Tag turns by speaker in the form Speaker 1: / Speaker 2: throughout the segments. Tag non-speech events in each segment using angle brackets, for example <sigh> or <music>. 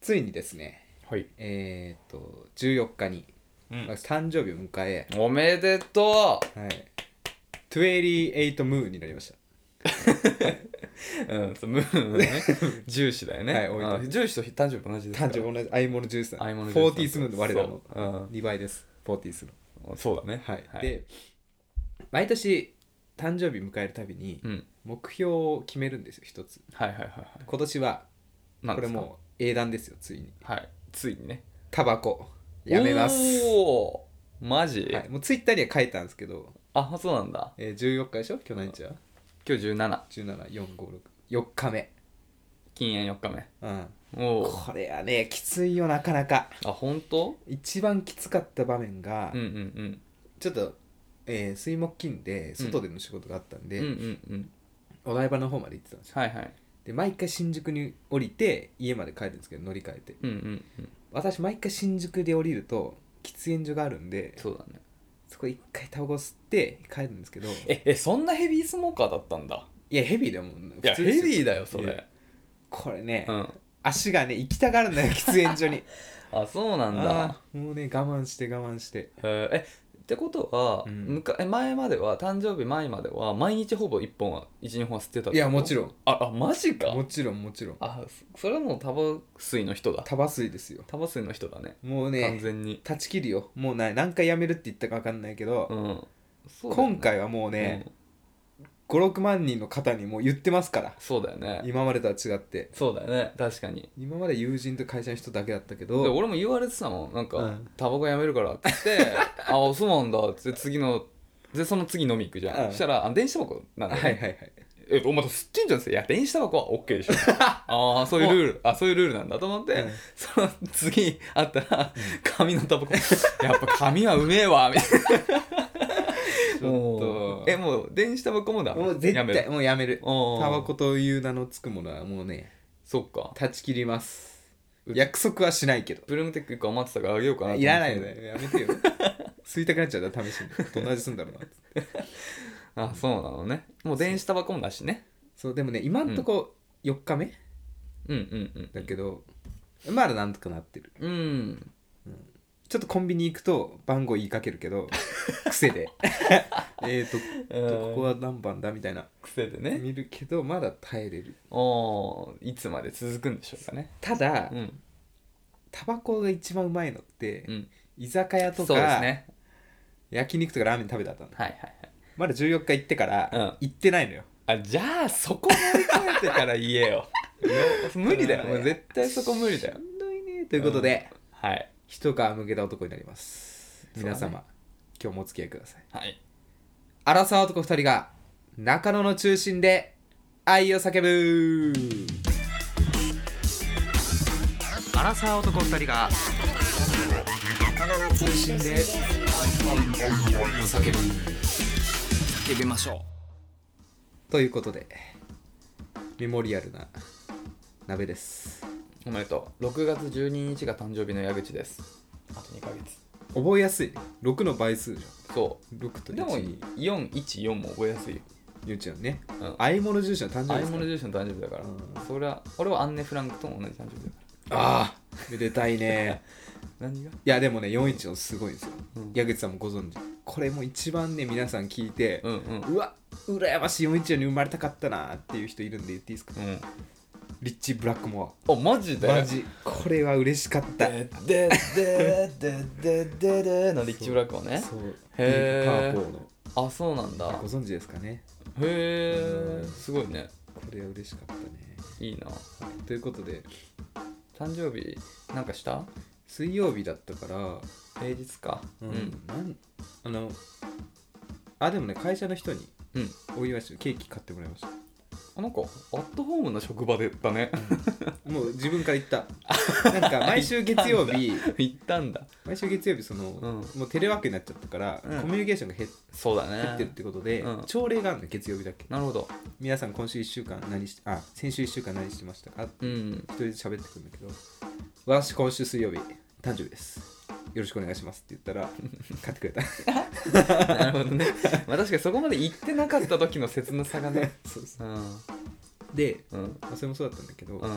Speaker 1: ついにですね
Speaker 2: はい。
Speaker 1: えー、っと14日に
Speaker 2: うん。
Speaker 1: 私誕生日を迎え、
Speaker 2: おめでと
Speaker 1: はい、28ムーンになりました
Speaker 2: う。うん、そうムー
Speaker 1: <laughs>
Speaker 2: ンね。重視だよね。
Speaker 1: はい多いと
Speaker 2: うん重視と誕生日同じですか
Speaker 1: 誕
Speaker 2: ら。
Speaker 1: 生日同じ合い物ジュース
Speaker 2: 合い物
Speaker 1: フォーティースムーンの我らの
Speaker 2: の。
Speaker 1: 2倍ですフォーティースの
Speaker 2: うん。そうだね。
Speaker 1: はい、で毎年誕生日迎えるたびに
Speaker 2: うん。
Speaker 1: 目標を決めるんですよ一つ
Speaker 2: はいはいはいはい。
Speaker 1: 今年は
Speaker 2: なん
Speaker 1: こ
Speaker 2: で
Speaker 1: れ
Speaker 2: すか
Speaker 1: もう英断ですよついに
Speaker 2: はい。ついにね。
Speaker 1: タバコやめます、
Speaker 2: おーマジ
Speaker 1: はい、もうツイッターには書いたんですけど、
Speaker 2: あ、そうなんだ。
Speaker 1: えー、14日でしょ今日何日は
Speaker 2: 今日17。
Speaker 1: 17456日目
Speaker 2: 禁煙4日目。
Speaker 1: うん
Speaker 2: おお。
Speaker 1: これはねきついよなかなか
Speaker 2: あ、本当
Speaker 1: 一番きつかった場面が、
Speaker 2: うんうん
Speaker 1: ちょっと、えー水木金で外での仕事があったん
Speaker 2: う
Speaker 1: で、
Speaker 2: ん。うんうんうん。
Speaker 1: お台場の方まで行ってたんですよ
Speaker 2: はいはい。
Speaker 1: で毎回新宿に降りて家まで帰るんですけど乗り換えて
Speaker 2: うんうんうん。
Speaker 1: 私毎回新宿で降りると喫煙所があるんで
Speaker 2: そうだね。
Speaker 1: そこ一回タバコ吸って帰るんですけど
Speaker 2: え、え、そんなヘビースモーカーだったんだ。
Speaker 1: いやヘビーだもん
Speaker 2: いや、ヘ
Speaker 1: ですよ
Speaker 2: ビーだよ、そ
Speaker 1: いや
Speaker 2: れ。
Speaker 1: これね、
Speaker 2: うん。
Speaker 1: 足がね行きたがるんだよ喫煙所に
Speaker 2: あ、そう <laughs> なんだ。
Speaker 1: あーもうね我慢して我慢して
Speaker 2: へーえってことは、
Speaker 1: うん
Speaker 2: むかえ前までは誕生日前までは毎日ほぼ1本は12本は吸ってた
Speaker 1: いやもち
Speaker 2: ろん
Speaker 1: ろん
Speaker 2: ああマジか
Speaker 1: もちろんもちろん
Speaker 2: あそそれはもうタバ吸いの人だ
Speaker 1: タバスイですよ
Speaker 2: タバ吸いの人だね
Speaker 1: もう
Speaker 2: 完
Speaker 1: ね
Speaker 2: 全に
Speaker 1: 断ち切るよもうない何回やめるって言ったか分かんないけど、
Speaker 2: うんそうだよね
Speaker 1: 今回はもうね、
Speaker 2: うん
Speaker 1: 56万人の方にもう言ってますから
Speaker 2: そうだよね
Speaker 1: 今までとは違って
Speaker 2: そうだよね確かに
Speaker 1: 今まで友人と会社の人だけだったけ
Speaker 2: で
Speaker 1: ど
Speaker 2: 俺も言われてたもんなんか、
Speaker 1: うん
Speaker 2: タバコやめるからって
Speaker 1: <laughs>
Speaker 2: 言って「あそうなんだ」って次のでその次飲み行くじゃん、
Speaker 1: うん
Speaker 2: そしたらあ電子タバコなんだ
Speaker 1: は
Speaker 2: よ
Speaker 1: い
Speaker 2: ね
Speaker 1: はいはい
Speaker 2: えお前吸ってんじゃんっつっていや電子タバコは OK
Speaker 1: <laughs>
Speaker 2: でしょああそういうルールあそういうルールなんだと思って、
Speaker 1: うん
Speaker 2: その次あったら紙のタバコやっぱ紙はうめえわみたい
Speaker 1: ち <laughs>
Speaker 2: なも
Speaker 1: ょ
Speaker 2: う
Speaker 1: っ
Speaker 2: え
Speaker 1: と
Speaker 2: もう電子タバコもだ
Speaker 1: もう絶
Speaker 2: やめ
Speaker 1: 対
Speaker 2: る
Speaker 1: もうやめる
Speaker 2: あー
Speaker 1: タバコという名のつくものはもうね
Speaker 2: そっか
Speaker 1: 断ち切ります約束はしないけど
Speaker 2: ブルームテック1個余ってたからあげようかなと思って
Speaker 1: いらないよねやめてよ <laughs> 吸いたくなっちゃった試しにどんな味すんだろうなって
Speaker 2: あそうなのねもう電子タバコもだしね
Speaker 1: そうでもね今んとこ4日目
Speaker 2: うんうん
Speaker 1: だけどまだなんとかなってる
Speaker 2: うんうん
Speaker 1: ちょっとコンビニ行くと番号言いかけるけ
Speaker 2: <laughs>
Speaker 1: ど癖でえーとここ
Speaker 2: は
Speaker 1: は何番だみたいな
Speaker 2: 癖でね
Speaker 1: 見るけどまだ耐えれる
Speaker 2: おーいつまで続くんでしょうかね
Speaker 1: ただ
Speaker 2: うん
Speaker 1: タバコが一番うまいのって、
Speaker 2: うん
Speaker 1: 居酒屋と
Speaker 2: そうです
Speaker 1: か、
Speaker 2: ね
Speaker 1: 焼肉とかラーメン食べた後なんだ
Speaker 2: はいはいはい
Speaker 1: まだ14日行ってから、
Speaker 2: うん
Speaker 1: 行ってないのよ
Speaker 2: あじゃあそこ乗り越えてから言えよ <laughs> 無理だよもう絶対そこ無理だよ
Speaker 1: しんどいねということで、
Speaker 2: はい
Speaker 1: 一皮むけた男になります
Speaker 2: そうだ
Speaker 1: 皆
Speaker 2: ね
Speaker 1: 様、今日もお付き合いください
Speaker 2: はい
Speaker 1: 荒沢男2人が中野の中心で愛を叫ぶ荒沢男2人が中心で愛を叫ぶ
Speaker 2: 叫びましょ
Speaker 1: ということでメモリアルな鍋です
Speaker 2: うおめでとう6月12日が誕生日の矢口ですあと2ヶ月
Speaker 1: 覚えやすいね6の倍数じ
Speaker 2: そ
Speaker 1: ゃん6と
Speaker 2: うでも
Speaker 1: 1
Speaker 2: 414も覚えやすいよ
Speaker 1: ゆうちゃんね
Speaker 2: うん
Speaker 1: 合い物住所の誕生
Speaker 2: ア
Speaker 1: 日
Speaker 2: イ
Speaker 1: です
Speaker 2: モ
Speaker 1: か
Speaker 2: ルジューション誕生日だから、それは俺はアンネ・フランクとも同じ誕生日だから
Speaker 1: ああめでたいね
Speaker 2: 何が
Speaker 1: いやでもね41のすごいんですよ
Speaker 2: うん
Speaker 1: 矢口さんもご存知これも一番ね皆さん聞いて
Speaker 2: うんうん
Speaker 1: うわ羨ましい41に生まれたかったなっていう人いるんで言っていいですか
Speaker 2: うん
Speaker 1: リッチー・ブラックモ
Speaker 2: あマジ
Speaker 1: ア
Speaker 2: で
Speaker 1: マジこれは嬉しかった
Speaker 2: でででででででのリッチ・ブラックをね
Speaker 1: そうディー
Speaker 2: へー
Speaker 1: プパーポーの
Speaker 2: あそうなんだ
Speaker 1: ご存知ですかね
Speaker 2: へえ
Speaker 1: うん
Speaker 2: すごいね
Speaker 1: これは嬉しかったね
Speaker 2: いいな
Speaker 1: ということで
Speaker 2: 誕生日なんかした
Speaker 1: 水曜日だったから
Speaker 2: 平日かう
Speaker 1: うんん、なんあのあでもね会社の人に
Speaker 2: うん
Speaker 1: お祝いしてケーキ買ってもらいました
Speaker 2: あなんかアットホームな職場でだね <laughs>
Speaker 1: もう自分から言ったなんか毎週月
Speaker 2: <laughs>
Speaker 1: 曜日
Speaker 2: 行ったんだ
Speaker 1: 毎週月曜日その、
Speaker 2: う
Speaker 1: もうテレワークになっちゃったから、
Speaker 2: うん
Speaker 1: コミュニケーションが減っ
Speaker 2: そうだ
Speaker 1: 減ってるっ
Speaker 2: ね
Speaker 1: てことで、
Speaker 2: うん
Speaker 1: 朝礼があるの月曜日だけ
Speaker 2: なるほど
Speaker 1: 皆さん今週1週間何してあ先週1週間何してましたかって
Speaker 2: うん
Speaker 1: 一人で喋ってくるんだけど私今週水曜日誕生日ですよろしくお願いしますって言った
Speaker 2: <laughs>
Speaker 1: ら買ってくれた
Speaker 2: <laughs> なるほどねまあ確かにそこまで行ってなか <laughs> った時の切なさがね
Speaker 1: そうそ
Speaker 2: うん
Speaker 1: うで、
Speaker 2: うん
Speaker 1: まあ、それもそうだったんだけど、
Speaker 2: うん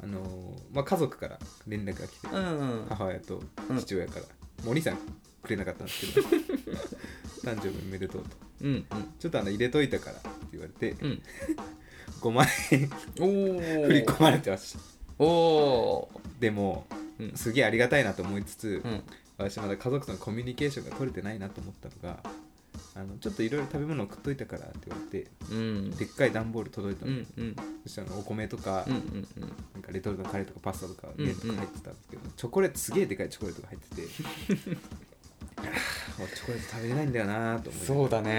Speaker 1: あのーまあ、家族から連絡が来て、
Speaker 2: うんうん
Speaker 1: 母親と
Speaker 2: うん
Speaker 1: 父親から、もうお兄さんくれなかったんです
Speaker 2: <laughs>
Speaker 1: けど誕生日おめでとうと
Speaker 2: うん
Speaker 1: ちょっとあの入れといたからって言われて、
Speaker 2: うん
Speaker 1: 5万円
Speaker 2: おー
Speaker 1: 振り込まれてました
Speaker 2: おー
Speaker 1: でも
Speaker 2: うん
Speaker 1: すげえありがたいなと思いつつ、
Speaker 2: うん
Speaker 1: 私まだ家族とのコミュニケーションが取れてないなと思ったのがあのちょっといろいろ食べ物送っといたからって言われて
Speaker 2: うん
Speaker 1: でっかい段ボール届いた
Speaker 2: う
Speaker 1: の、
Speaker 2: んうん
Speaker 1: そしたらあのお米とか、
Speaker 2: うんうんうん
Speaker 1: なんかレトルトのカレーとかパスタとか
Speaker 2: うん
Speaker 1: 麺とか入ってたんですけど、チョコレートすげえでかいチョコレートが入
Speaker 2: <laughs>
Speaker 1: っててあーもうチョコレート食べれないんだよなと思って
Speaker 2: そうだね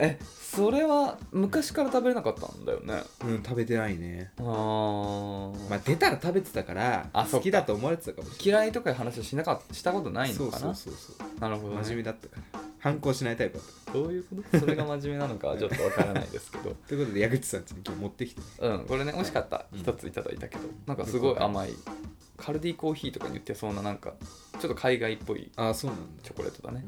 Speaker 2: えそれは昔から食べれなかったんだよね
Speaker 1: うん食べてないね
Speaker 2: あー、
Speaker 1: まあ出たら食べてたから
Speaker 2: あそっか
Speaker 1: 好きだと思われてたかもしれ
Speaker 2: 嫌いとかいう話をしなかったしたことな
Speaker 1: ない
Speaker 2: いのかな
Speaker 1: そうそうそう
Speaker 2: なるほ
Speaker 1: そ
Speaker 2: ど、
Speaker 1: う
Speaker 2: ね、
Speaker 1: 真面目だったから反抗しないタイプだったか
Speaker 2: どういうことそれが真面目なのかはちょっとわからないです
Speaker 1: <laughs>
Speaker 2: けど
Speaker 1: らということで矢口さんちに今日持ってきて
Speaker 2: うんこれね惜しかった
Speaker 1: うん
Speaker 2: 一ついただいたけどなんかすごい甘いカルディコーヒーとかに売ってそうななんかちょっと海外っぽい
Speaker 1: ああそうなんだ
Speaker 2: チョコレートだね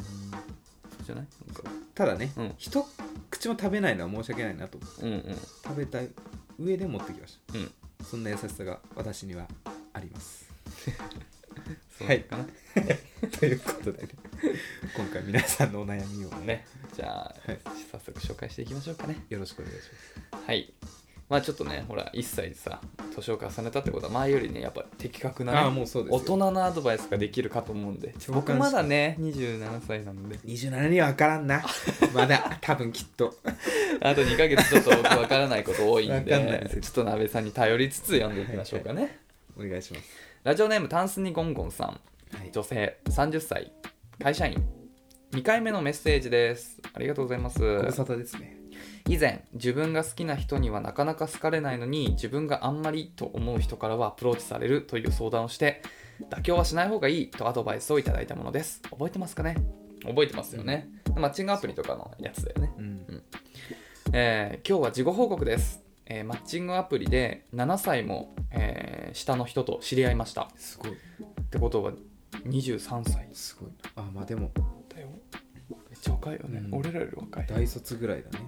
Speaker 2: そうじゃないなんか
Speaker 1: ただね、
Speaker 2: うん
Speaker 1: 一口も食べないのは申し訳ないなと思って
Speaker 2: うんうん
Speaker 1: 食べた上で持ってきまし
Speaker 2: うん
Speaker 1: たそんな優しさが私にはあります <laughs>
Speaker 2: そうなのかな、
Speaker 1: ということでね、今回皆さんのお悩みを
Speaker 2: ねじゃあ、
Speaker 1: はい
Speaker 2: 早速紹介していきましょうかね
Speaker 1: よろしくお願いし
Speaker 2: はいまあちょっとねほら1歳でさ年を重ねたってことは前よりねやっぱ的確なね、
Speaker 1: ああもうそうですよ
Speaker 2: 大人のアドバイスができるかと思うんで
Speaker 1: 共
Speaker 2: 僕
Speaker 1: 感し
Speaker 2: まだね27歳なので
Speaker 1: ます27には分からん <laughs> なまだ多分きっと
Speaker 2: あと2ヶ月ちょっと僕分からないこと多いん
Speaker 1: わ
Speaker 2: で
Speaker 1: かんないです
Speaker 2: ちょっと鍋さんに頼りつつ読んでいきましょうかね、
Speaker 1: お願いします
Speaker 2: ラジオネームタンスにゴンゴンさん
Speaker 1: はい
Speaker 2: 女性30歳会社員2回目のメッセージですありがとうございます
Speaker 1: ご無沙汰ですね
Speaker 2: 以前自分が好きな人にはなかなか好かれないのに自分があんまりと思う人からはアプローチされるという相談をして妥協はしない方がいいとアドバイスをいただいたものです覚えてますかね覚えてますよね、マッチングアプリとかのやつだよね
Speaker 1: うん
Speaker 2: えー今日は事後報告です、えーマッチングアプリで7歳も、えー下の人と知り合いましたっ
Speaker 1: すごい
Speaker 2: てことは23歳
Speaker 1: すごいなあまあでも
Speaker 2: だよめっちゃ若いよね、
Speaker 1: うん
Speaker 2: 俺らより若い
Speaker 1: 大卒ぐらいだね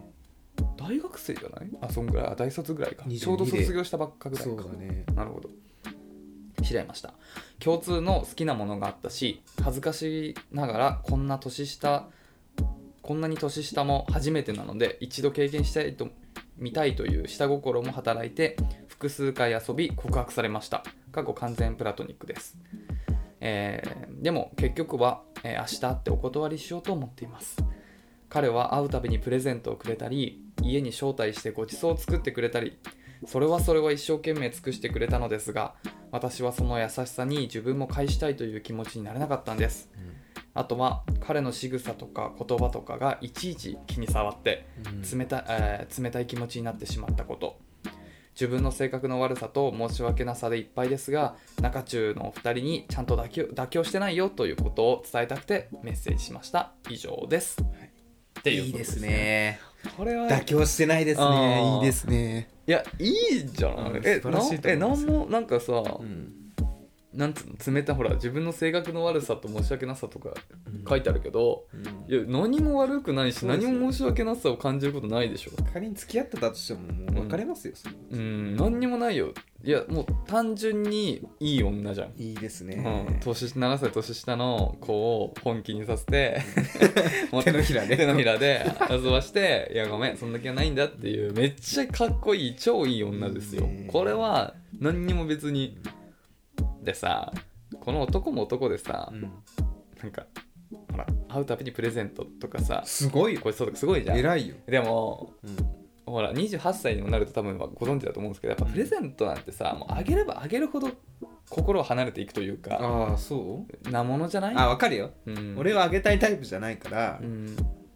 Speaker 2: 大学生じゃないあそんぐらいあ大卒ぐらいか
Speaker 1: 22
Speaker 2: ちょうど卒業したばっかぐらい
Speaker 1: そ
Speaker 2: か
Speaker 1: うだね
Speaker 2: なるほど知り合いました共通の好きなものがあったし恥ずかしながらこんな年下こんなに年下も初めてなので一度経験したいと見たいという下心も働いて複数回遊び告白されました過去完全プラトニックです、えーでも結局は、えー明日会ってお断りしようと思っています彼は会うたびにプレゼントをくれたり家に招待してご馳走を作ってくれたりそれはそれは一生懸命尽くしてくれたのですが私はその優しさに自分も返したいという気持ちになれなかったんですあとは彼の仕草とか言葉とかがいちいち気に障って冷た,、えー冷たい気持ちになってしまったこと自分の性格の悪さと申し訳なさでいっぱいですが中中のお二人にちゃんと妥協妥協してないよということを伝えたくてメッセージしました以上です、っていう
Speaker 1: いい
Speaker 2: こと
Speaker 1: ですね
Speaker 2: これは
Speaker 1: 妥協してないですね
Speaker 2: あー
Speaker 1: いいですね
Speaker 2: いやいいじゃない、
Speaker 1: うん
Speaker 2: え
Speaker 1: 素晴らしいと思い
Speaker 2: な
Speaker 1: ま
Speaker 2: ん
Speaker 1: す
Speaker 2: えなんもなんかさ、
Speaker 1: うん
Speaker 2: なんつうの冷たいほら自分の性格の悪さと申し訳なさとか書いてあるけど、いや何も悪くないし
Speaker 1: そうです
Speaker 2: 何
Speaker 1: よ
Speaker 2: も申し訳なさを感じることないでしょ
Speaker 1: 仮に付き合ってたとしてももう別れますよ、それは
Speaker 2: うん何にもないよいやもう単純にいい女じゃん、
Speaker 1: いいですね、
Speaker 2: うん、年7歳年下の子を本気にさせても
Speaker 1: <laughs>
Speaker 2: う
Speaker 1: 手のひらで
Speaker 2: 手のひらで遊ばして「いやごめんそんな気はないんだ」っていうめっちゃかっこいい超いい女ですよ
Speaker 1: ね
Speaker 2: これは何にも別にでさこの男も男でさ
Speaker 1: うん
Speaker 2: なんかほら会うたびにプレゼントとかさ
Speaker 1: すごいよ
Speaker 2: これそうすごいじゃん
Speaker 1: 偉いよ、
Speaker 2: でも
Speaker 1: うん
Speaker 2: ほら28歳にもなると多分ご存知だと思うんですけどやっぱプレゼントなんてさもうあげればあげるほど心を離れていくというか
Speaker 1: ああそう
Speaker 2: なものじゃない
Speaker 1: あ分かるよ、
Speaker 2: うん、
Speaker 1: 俺はあげたいタイプじゃないから、
Speaker 2: うん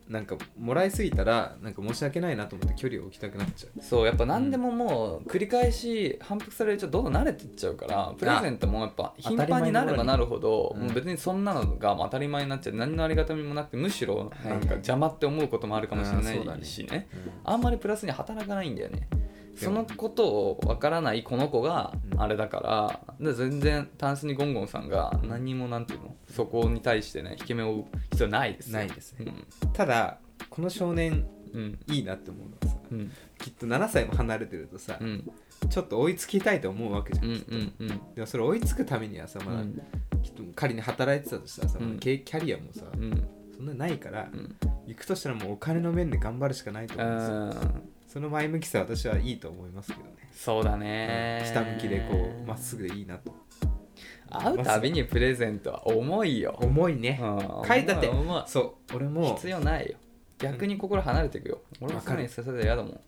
Speaker 1: なんかもらいすぎたらなんか申し訳ないなと思って距離を置きたくなっちゃう
Speaker 2: そうやっぱ何でももう繰り返し反復されるとどんどん慣れてっちゃうからプレゼントもやっぱ頻繁になればなるほ
Speaker 1: 当た
Speaker 2: ど
Speaker 1: り前のものに
Speaker 2: もう別にそんなのが当たり前になっちゃう何のありがたみもなくてむしろなんか邪魔って思うこともあるかもしれ
Speaker 1: はいはいあーそう
Speaker 2: な
Speaker 1: だね
Speaker 2: いしねあんまりプラスに働かないんだよねそのことをわからないこの子が
Speaker 1: うん
Speaker 2: あれだからで全然タンスにゴンゴンさんが何にもなんていうのそこに対してね引け目を負う必要はないですよ
Speaker 1: ないです
Speaker 2: う
Speaker 1: ね
Speaker 2: ん
Speaker 1: ただこの少年
Speaker 2: うん
Speaker 1: いいなって思うのはさ
Speaker 2: うん
Speaker 1: きっと7歳も離れてるとさ、
Speaker 2: うん
Speaker 1: ちょっと追いつきたいと思うわけじゃ、
Speaker 2: うんんうんうん
Speaker 1: でもそれ追いつくためにはさまだ、
Speaker 2: うん
Speaker 1: きっと仮に働いてたとしたらさ、
Speaker 2: うん
Speaker 1: まだキャキャリアもさ、
Speaker 2: うん
Speaker 1: そんなないから、
Speaker 2: うん
Speaker 1: 行くとしたらもうお金の面で頑張るしかないと思うんですよ
Speaker 2: うん
Speaker 1: その前向きさは私はいいと思いますけどね、
Speaker 2: そうだね
Speaker 1: 下向きでこうまっすぐでいいなと
Speaker 2: 会うたびにプレゼントは重いよ
Speaker 1: 重いね、
Speaker 2: うん
Speaker 1: 書いたって
Speaker 2: 重い重い
Speaker 1: そう俺も
Speaker 2: 必要ないよ逆に心離れていくよ、俺も
Speaker 1: わかる
Speaker 2: そんなに刺されたら嫌だもん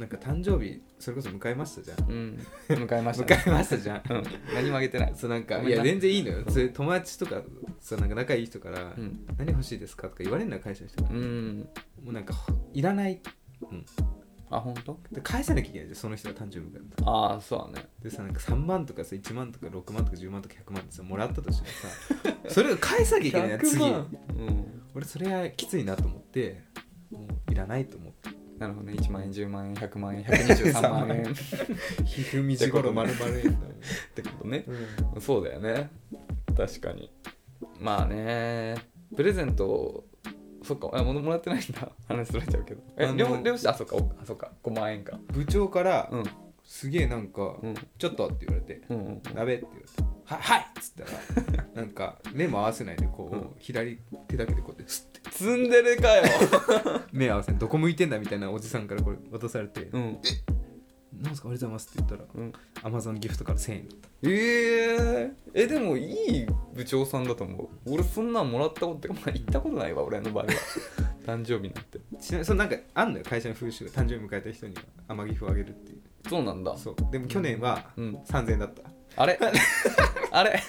Speaker 1: なんか誕生日それこそ迎えましたじゃん
Speaker 2: うん
Speaker 1: <laughs>
Speaker 2: 迎えました、ね、
Speaker 1: 迎えましたじゃ
Speaker 2: <laughs>
Speaker 1: ん
Speaker 2: うん何もあげてない
Speaker 1: そうなん
Speaker 2: ご
Speaker 1: か
Speaker 2: めん
Speaker 1: い
Speaker 2: な
Speaker 1: や全然いいのよそれ友達とかそうなんか仲いい人から
Speaker 2: う
Speaker 1: 「
Speaker 2: ん、
Speaker 1: 何欲しいですか?」とか言われるのよ会社の人から
Speaker 2: うん、
Speaker 1: もうなんかいらない
Speaker 2: あ本当
Speaker 1: で返さなきゃいけないじゃんその人が誕生日迎えたら
Speaker 2: ああそうだね
Speaker 1: でさなんか3万とかさ1万とか6万とか10万とか100万ってさもらったとしてもさそれを返さなきゃいけないじゃん次
Speaker 2: うん
Speaker 1: 俺それはきついなと思ってもういらないと思って
Speaker 2: なるほどね1万円10万円100万円123万 <laughs> 円
Speaker 1: 皮膚みじごろ丸々円だ <laughs> ね、
Speaker 2: ってことね
Speaker 1: うん、
Speaker 2: そうだよね確かにまあねプレゼントそっかあももらってないんだ話それちゃうけどえ
Speaker 1: あの
Speaker 2: 両両親あそっかおあそっか5万円か
Speaker 1: 部長から
Speaker 2: うん
Speaker 1: すげえなんか
Speaker 2: うん
Speaker 1: 「ちょっと」って言われて
Speaker 2: うんうん
Speaker 1: 「鍋」って言われて「ははい!」っつったらなんか目も合わせないでこう、
Speaker 2: うん
Speaker 1: 左手だけでこうやってスッて
Speaker 2: ツンデレかよ
Speaker 1: 目合わせないどこ向いてんだみたいなおじさんからこれ渡されて
Speaker 2: うん
Speaker 1: 「なんすかありがとうございます」って言ったら
Speaker 2: うん
Speaker 1: アマゾンギフトから1000円だった
Speaker 2: えー、えでもいい部長さんだと思う俺そんなんもらったことってまあ行ったことないわ俺
Speaker 1: <laughs>
Speaker 2: の場合は誕生日なんて
Speaker 1: ちなみにそのなんかあんのよ会社の風習が誕生日迎えた人には甘ギフをあげるっていう
Speaker 2: そうなんだ
Speaker 1: そうでも去年は
Speaker 2: うん
Speaker 1: 3000円だった、<laughs>
Speaker 2: あれあれ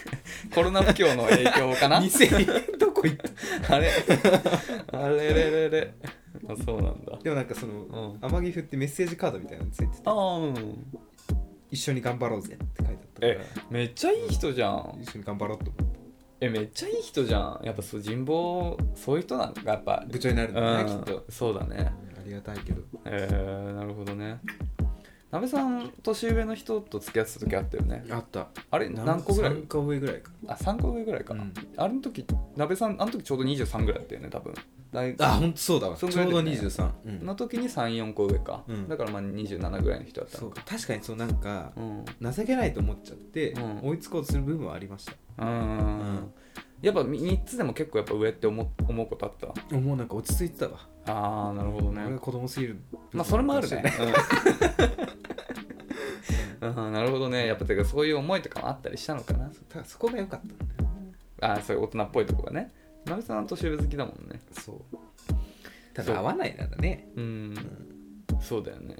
Speaker 2: コロナ不況の影響か
Speaker 1: <laughs>
Speaker 2: な
Speaker 1: 2000円どこ行った
Speaker 2: あれ <laughs> あれれれれあそうなんだ
Speaker 1: でもなんかその、
Speaker 2: うん
Speaker 1: 甘ギフってメッセージカードみたいなのついてて
Speaker 2: ああうん
Speaker 1: 一緒に頑張ろうぜって書いてあった
Speaker 2: え
Speaker 1: か
Speaker 2: めっちゃいい人じゃ
Speaker 1: ら
Speaker 2: ん
Speaker 1: 一緒に頑張ろうと思って
Speaker 2: えめっちゃいい人じゃんやっぱそう人望そういう人なんだやっぱ
Speaker 1: 部長になるんだね、
Speaker 2: う
Speaker 1: きっ
Speaker 2: ん
Speaker 1: と
Speaker 2: そうだね
Speaker 1: ありがたいけど
Speaker 2: えー、なるほどねなべさん年上の人と付き合ってた時あったよね
Speaker 1: あった
Speaker 2: あれ何個ぐらい
Speaker 1: 3個上ぐらいか
Speaker 2: あ三3個上ぐらいかな、
Speaker 1: うん
Speaker 2: あれの時なべさんあの時ちょうど23ぐらいだったよね多分大
Speaker 1: あ本当そうだわ、ち
Speaker 2: そ
Speaker 1: ょ
Speaker 2: ん
Speaker 1: う
Speaker 2: ぐらいだ
Speaker 1: ど
Speaker 2: よね
Speaker 1: 23、うん
Speaker 2: の時に34個上か、
Speaker 1: うん
Speaker 2: だからまあ27ぐらいの人だった
Speaker 1: そ
Speaker 2: の
Speaker 1: う
Speaker 2: か
Speaker 1: 確かにそうなんか
Speaker 2: う、ん
Speaker 1: 情けないと思っちゃって、
Speaker 2: うん
Speaker 1: 追いつこうとする部分はありました
Speaker 2: うん、
Speaker 1: うん
Speaker 2: やっぱ3つでも結構やっぱ上って思う思うことあった
Speaker 1: もうなんか落ち着いてたわ
Speaker 2: ああなるほど
Speaker 1: 俺が子供すぎる
Speaker 2: まあそれもあるね、うん、なるほどねやっぱてかそういう思いとかもあったりしたのかな
Speaker 1: ただそこが良かったんだよ
Speaker 2: ああそういう大人っぽいとこがねなべさん年上好きだもんね
Speaker 1: そうただ合わないならね
Speaker 2: うん、そうだよね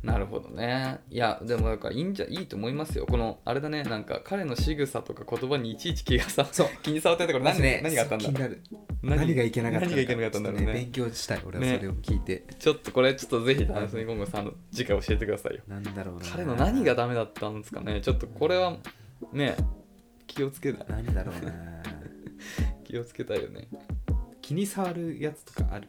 Speaker 2: なるほどねいやでもだからいいんじゃいいと思いますよこのあれだねなんか彼の仕草とか言葉にいちいち気がさ <laughs>
Speaker 1: そう
Speaker 2: 気に触ってたから
Speaker 1: ま
Speaker 2: 何,、
Speaker 1: ずね
Speaker 2: 何があったんだ
Speaker 1: 気になる何がいけなかったの
Speaker 2: 何がいけなかったんだろう
Speaker 1: ちょっ
Speaker 2: ね
Speaker 1: と勉強したい俺はそれを聞いて
Speaker 2: ちょっとこれちょっとぜひダンスニコングさんの次回教えてくださいよ
Speaker 1: なんだろうな
Speaker 2: 彼の何がダメだったんですかねちょっとこれはね気をつけたい
Speaker 1: 何だろうな
Speaker 2: 気をつけたいよね
Speaker 1: 気に触るやつとかある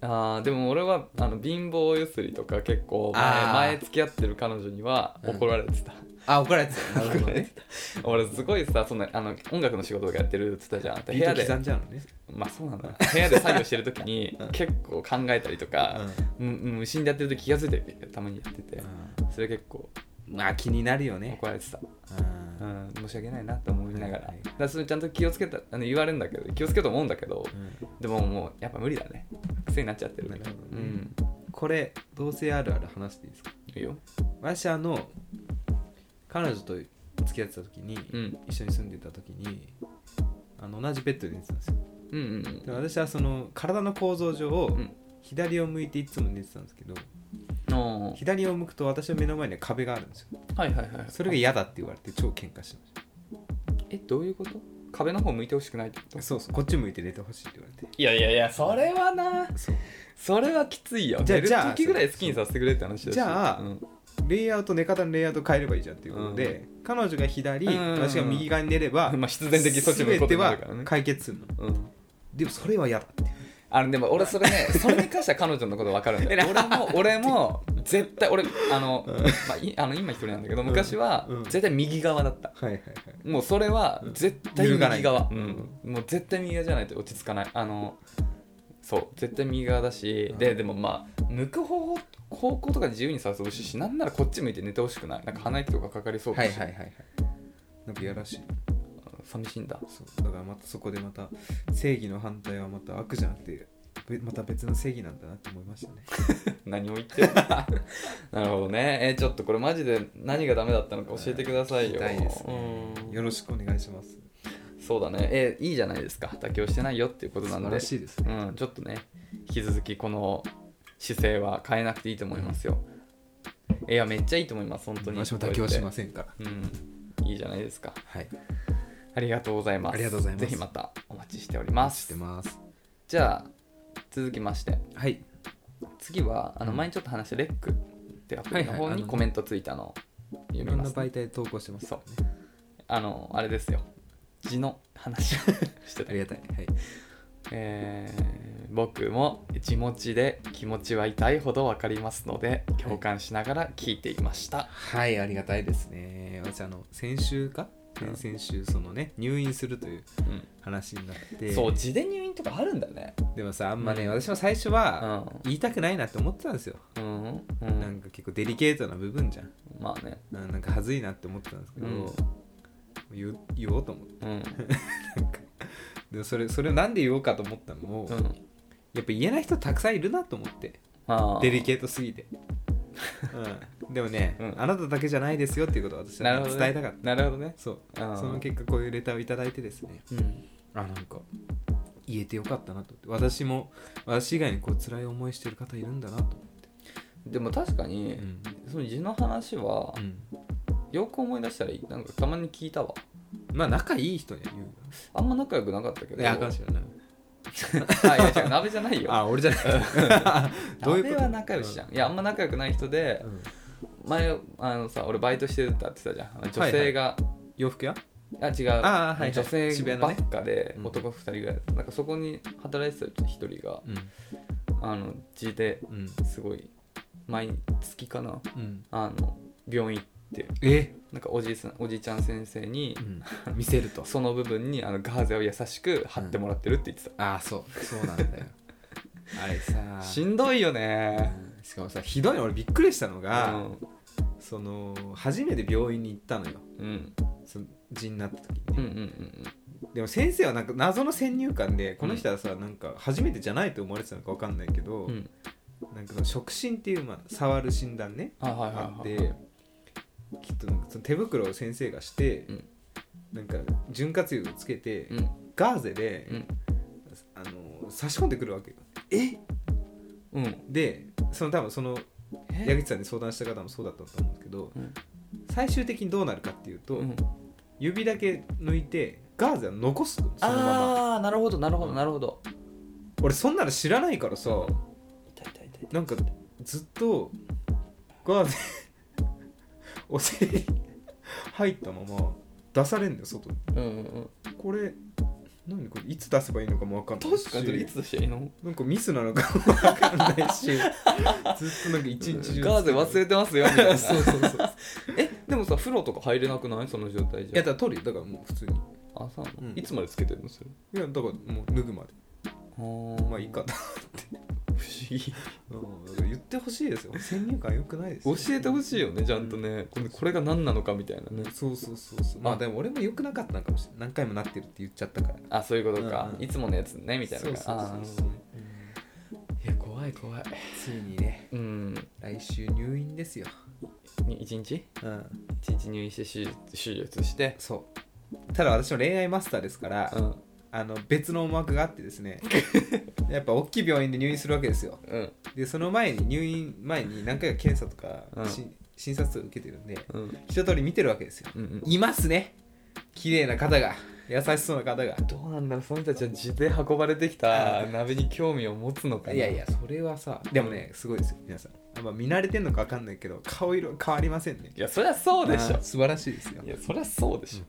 Speaker 2: あーでも俺はあの貧乏ゆすりとか結構前
Speaker 1: あー
Speaker 2: 前付き合ってる彼女には
Speaker 1: うん
Speaker 2: 怒られてた、
Speaker 1: <laughs> あ怒られてたなるほどね
Speaker 2: <laughs> 俺すごいさそんなあの音楽の仕事とかやってるって言ったじゃん
Speaker 1: ビ
Speaker 2: 部屋
Speaker 1: ート刻
Speaker 2: で
Speaker 1: んじゃうのね
Speaker 2: まあそうなんだ部屋で作業してる時に
Speaker 1: <laughs> うん
Speaker 2: 結構考えたりとか、む無心でやってる時気が付いてたまにやっててそれ結構
Speaker 1: うんまあ気になるよね
Speaker 2: 怒られてた
Speaker 1: うん
Speaker 2: うん、申し訳ないなと思いな
Speaker 1: は
Speaker 2: がら、
Speaker 1: いはい
Speaker 2: だからそれちゃんと気をつけたあの言われるんだけど気をつけようと思うんだけどでももうやっぱ無理だね癖になっちゃってる
Speaker 1: なるほどね
Speaker 2: うん
Speaker 1: これ同性あるある話していいですか
Speaker 2: いいよ
Speaker 1: 私あの彼女と付き合ってた時に、
Speaker 2: うん
Speaker 1: 一緒に住んでた時にあの同じベッドで寝てたんですよ
Speaker 2: うんうん
Speaker 1: で私はその体の構造上、
Speaker 2: うんうん
Speaker 1: 左を向いていつも寝てたんですけど
Speaker 2: あー
Speaker 1: 左を向くと私の目の前には壁があるんですよ
Speaker 2: はいはいはい
Speaker 1: それが嫌だって言われて超喧嘩してました
Speaker 2: えどういうこと壁の方向いてほしくないってこと
Speaker 1: そうそうこっち向いて寝てほしいって言われて
Speaker 2: いやいやいやそれはな
Speaker 1: そう
Speaker 2: それはきついよ
Speaker 1: じゃあ
Speaker 2: 寝る
Speaker 1: じゃあ
Speaker 2: 時ぐらい好きにさせてくれって話だし
Speaker 1: じゃあ
Speaker 2: うん
Speaker 1: レイアウト寝方のレイアウト変えればいいじゃんっていうことで、彼女が左
Speaker 2: うんうんうん
Speaker 1: 私が右側に寝れば、
Speaker 2: まあ必然的そっち向くこと
Speaker 1: 全
Speaker 2: になる
Speaker 1: て
Speaker 2: からね
Speaker 1: は解決するの
Speaker 2: うん
Speaker 1: でもそれは嫌だって
Speaker 2: あのでも俺それねそれに関しては彼女のこと分かるんだよ俺
Speaker 1: <laughs>
Speaker 2: も俺も絶対俺あの,、
Speaker 1: うん
Speaker 2: まあ、いあの今一人なんだけど昔は
Speaker 1: うん
Speaker 2: 絶対右側だった
Speaker 1: はいはいはい
Speaker 2: もうそれは
Speaker 1: うん
Speaker 2: 絶対
Speaker 1: 揺る
Speaker 2: 右
Speaker 1: がない
Speaker 2: 側、
Speaker 1: うん
Speaker 2: うんもう絶対右側じゃないと落ち着かないあのそう絶対右側だしででもまあ抜く方法高校とかで自由に誘うしなんならこっち向いて寝てほしくないなんか鼻息とかかかりそうだ
Speaker 1: はい
Speaker 2: し、
Speaker 1: はいはいはいなんかいやらしい
Speaker 2: 寂しいんだ
Speaker 1: そうだからまたそこでまた正義の反対はまた悪じゃなくてべまた別の正義なんだなって思いましたね
Speaker 2: 何を
Speaker 1: <laughs>
Speaker 2: 言ってるなるほどねえちょっとこれマジで何がダメだったのか教えてくださいよ、
Speaker 1: はい聞きたいですね
Speaker 2: うん
Speaker 1: よろしくお願いします
Speaker 2: そうだねえいいじゃないですか妥協してないよっていうことな
Speaker 1: 素
Speaker 2: の
Speaker 1: 晴
Speaker 2: で
Speaker 1: らしいですね、
Speaker 2: うん、ちょっとね引き続きこの姿勢は変えなくていいと思いますよいやめっちゃいいと思います本当に
Speaker 1: 私も妥協しますせんから
Speaker 2: うんいいじゃないですか
Speaker 1: はい
Speaker 2: ありがとうございます
Speaker 1: ありがとうございます
Speaker 2: ぜひまたお待ちしております
Speaker 1: してます
Speaker 2: じゃあ続きまして
Speaker 1: はい
Speaker 2: 次はあの
Speaker 1: うん
Speaker 2: 前にちょっと話したレックってアプリの
Speaker 1: はい
Speaker 2: 方
Speaker 1: はいあ
Speaker 2: に
Speaker 1: の
Speaker 2: コメントついたのを
Speaker 1: い
Speaker 2: 読
Speaker 1: ろ
Speaker 2: み
Speaker 1: ん
Speaker 2: ま
Speaker 1: な
Speaker 2: す、ね
Speaker 1: 媒、体で投稿してますからね
Speaker 2: あのあれですよ字の
Speaker 1: <laughs>
Speaker 2: 話してた
Speaker 1: ありがたいはい
Speaker 2: えー僕も地持ちで気持ちは痛いほど分かりますので共感しながら聞いていました、
Speaker 1: はいありがたいですね私あの先週か
Speaker 2: うん
Speaker 1: 先々週そのね入院するという
Speaker 2: うん
Speaker 1: 話になって
Speaker 2: そう字で入院とかあるんだね
Speaker 1: でもさあんまね、
Speaker 2: うん
Speaker 1: 私も最初は
Speaker 2: う
Speaker 1: 言いたくないなって思ってたんですよ、
Speaker 2: んうん、
Speaker 1: なんか結構デリケートな部分じゃん
Speaker 2: まあね
Speaker 1: ななんか恥ずいなって思ってたんですけど、
Speaker 2: うん
Speaker 1: 言う言おうと思って
Speaker 2: うん
Speaker 1: でそれそれをなんで言おうかと思ったのも、
Speaker 2: う
Speaker 1: やっ
Speaker 2: ん
Speaker 1: ぱ言えない人たくさんいるなと思って
Speaker 2: あー
Speaker 1: デリケートすぎて、うん、でもね、
Speaker 2: うん
Speaker 1: あなただけじゃないですよっていうことを私
Speaker 2: な
Speaker 1: は
Speaker 2: る
Speaker 1: ね
Speaker 2: ほどね
Speaker 1: 伝えたかった
Speaker 2: なるほどね
Speaker 1: そう
Speaker 2: あー
Speaker 1: その結果こういうレターをいただいてですね
Speaker 2: うん
Speaker 1: あなんか言えてよかったなと思って私も私以外にこう辛い思いしてる方いるんだなと思って
Speaker 2: でも確かに、
Speaker 1: うん
Speaker 2: その字の話は、よく思い出したらいいなんかたまに聞いたわ
Speaker 1: まあ仲いい人には言うよ
Speaker 2: あんま仲良くなかったけど
Speaker 1: いやあかんしらない
Speaker 2: あいや違う鍋じゃ <laughs> ないよ
Speaker 1: あ俺じゃない <laughs> どういうこと
Speaker 2: 鍋は仲良しじゃん、いやあんま仲良くない人で、
Speaker 1: うん
Speaker 2: 前あのさ俺バイトしてるって言ってたじゃんあの女
Speaker 1: はいはい
Speaker 2: 性が、
Speaker 1: 洋服屋
Speaker 2: あ違う
Speaker 1: あーはいはい
Speaker 2: 女性
Speaker 1: 渋谷
Speaker 2: ば
Speaker 1: のね
Speaker 2: っかで、
Speaker 1: うん
Speaker 2: 男2人ぐらいだったなんかそこに働いてた一人が
Speaker 1: うん
Speaker 2: あの字で
Speaker 1: うん
Speaker 2: すごい毎月かな
Speaker 1: うん
Speaker 2: あの病院行って
Speaker 1: え
Speaker 2: なんかおじいさんおじいちゃん先生に、
Speaker 1: 見せると
Speaker 2: その部分にあのガーゼを優しく貼ってもらってるって言ってた、
Speaker 1: <laughs> ああそうそうなんだよ <laughs> あれさ
Speaker 2: しんどいよね
Speaker 1: うんしかもさひどいの俺びっくりしたのが、
Speaker 2: うん
Speaker 1: その初めて病院に行ったのよ
Speaker 2: うん
Speaker 1: その痔になった時に、
Speaker 2: うんうんうん
Speaker 1: でも先生はなんか謎の先入観でこの人はさ、なんか初めてじゃないと思われてたのか分かんないけど、
Speaker 2: うんうん
Speaker 1: なんかその触診っていう、まあ、触る診断ね
Speaker 2: あはいはい
Speaker 1: あっ
Speaker 2: はい
Speaker 1: てきっとなんかその手袋を先生がして、
Speaker 2: うん
Speaker 1: なんか潤滑油をつけて、
Speaker 2: うん
Speaker 1: ガーゼで、
Speaker 2: うん
Speaker 1: あの差し込んでくるわけよえ
Speaker 2: うん
Speaker 1: でその多分その
Speaker 2: え
Speaker 1: 矢口さんに相談した方もそうだったと思うんですけど
Speaker 2: うん
Speaker 1: 最終的にどうなるかっていうと、
Speaker 2: うん
Speaker 1: 指だけ抜いてガーゼは残すのそのまま
Speaker 2: ああーなるほどなるほど
Speaker 1: うん
Speaker 2: なるほど
Speaker 1: 俺そんなの知らないからさ
Speaker 2: 痛い痛い痛い
Speaker 1: なんかずっとガーゼお尻に入ったまま出されんだよ外に
Speaker 2: うんうんうん
Speaker 1: これ何これいつ出せばいいのかも分かんない
Speaker 2: 確かにそれいつ出していいの
Speaker 1: なんかミスなのかも分かんないしずっとなんか一日中
Speaker 2: ガーゼ忘れてますよみたいな <laughs>
Speaker 1: そうそうそう
Speaker 2: えでもさ風呂とか入れなくないその状態
Speaker 1: いや
Speaker 2: じゃ
Speaker 1: だから取るよだからもう普通に
Speaker 2: あそうなの
Speaker 1: うん
Speaker 2: いつまでつけてるのそれ
Speaker 1: いやだからもう脱ぐまでまあいいかな
Speaker 2: 不思議
Speaker 1: うんだから言ってほしいですよ先入観よくないです
Speaker 2: <laughs> 教
Speaker 1: よ
Speaker 2: えてほしいよねちゃんとねこれこれが何なのかみたいなね
Speaker 1: そうそうそうそうまあ
Speaker 2: あ
Speaker 1: でも俺もよくなかったのかもしれない何回もなってるって言っちゃったから
Speaker 2: あそういうことか
Speaker 1: うんうん
Speaker 2: いつものやつねみたいな
Speaker 1: そうそう
Speaker 2: あーなるほ
Speaker 1: そ
Speaker 2: ど
Speaker 1: う
Speaker 2: ねいや怖い怖い
Speaker 1: ついにね
Speaker 2: うん
Speaker 1: 来週入院ですよ
Speaker 2: に一日
Speaker 1: うん
Speaker 2: 一日入院して手術手術して
Speaker 1: そうただ私も恋愛マスターですから、
Speaker 2: うん
Speaker 1: あの別の思惑があってです <laughs> ねやっぱ大きい病院で入院するわけですよ
Speaker 2: うん
Speaker 1: でその前に入院前に何回か検査とか、
Speaker 2: うん
Speaker 1: し診察とか受けてるんで
Speaker 2: うん
Speaker 1: 一通り見てるわけですよ
Speaker 2: うんうん
Speaker 1: いますね綺麗な方が優しそうな方が
Speaker 2: どうなんだろうその人たちは地で運ばれてきた鍋に興味を持つのかない
Speaker 1: やいやそれはさでもねすごいですよ皆さんあんま見慣れてんのか分かんないけど顔色変わりませんね
Speaker 2: いやそりゃそうでし
Speaker 1: あー
Speaker 2: ょ
Speaker 1: 素晴らしいですよ
Speaker 2: いやそりゃそうでしょ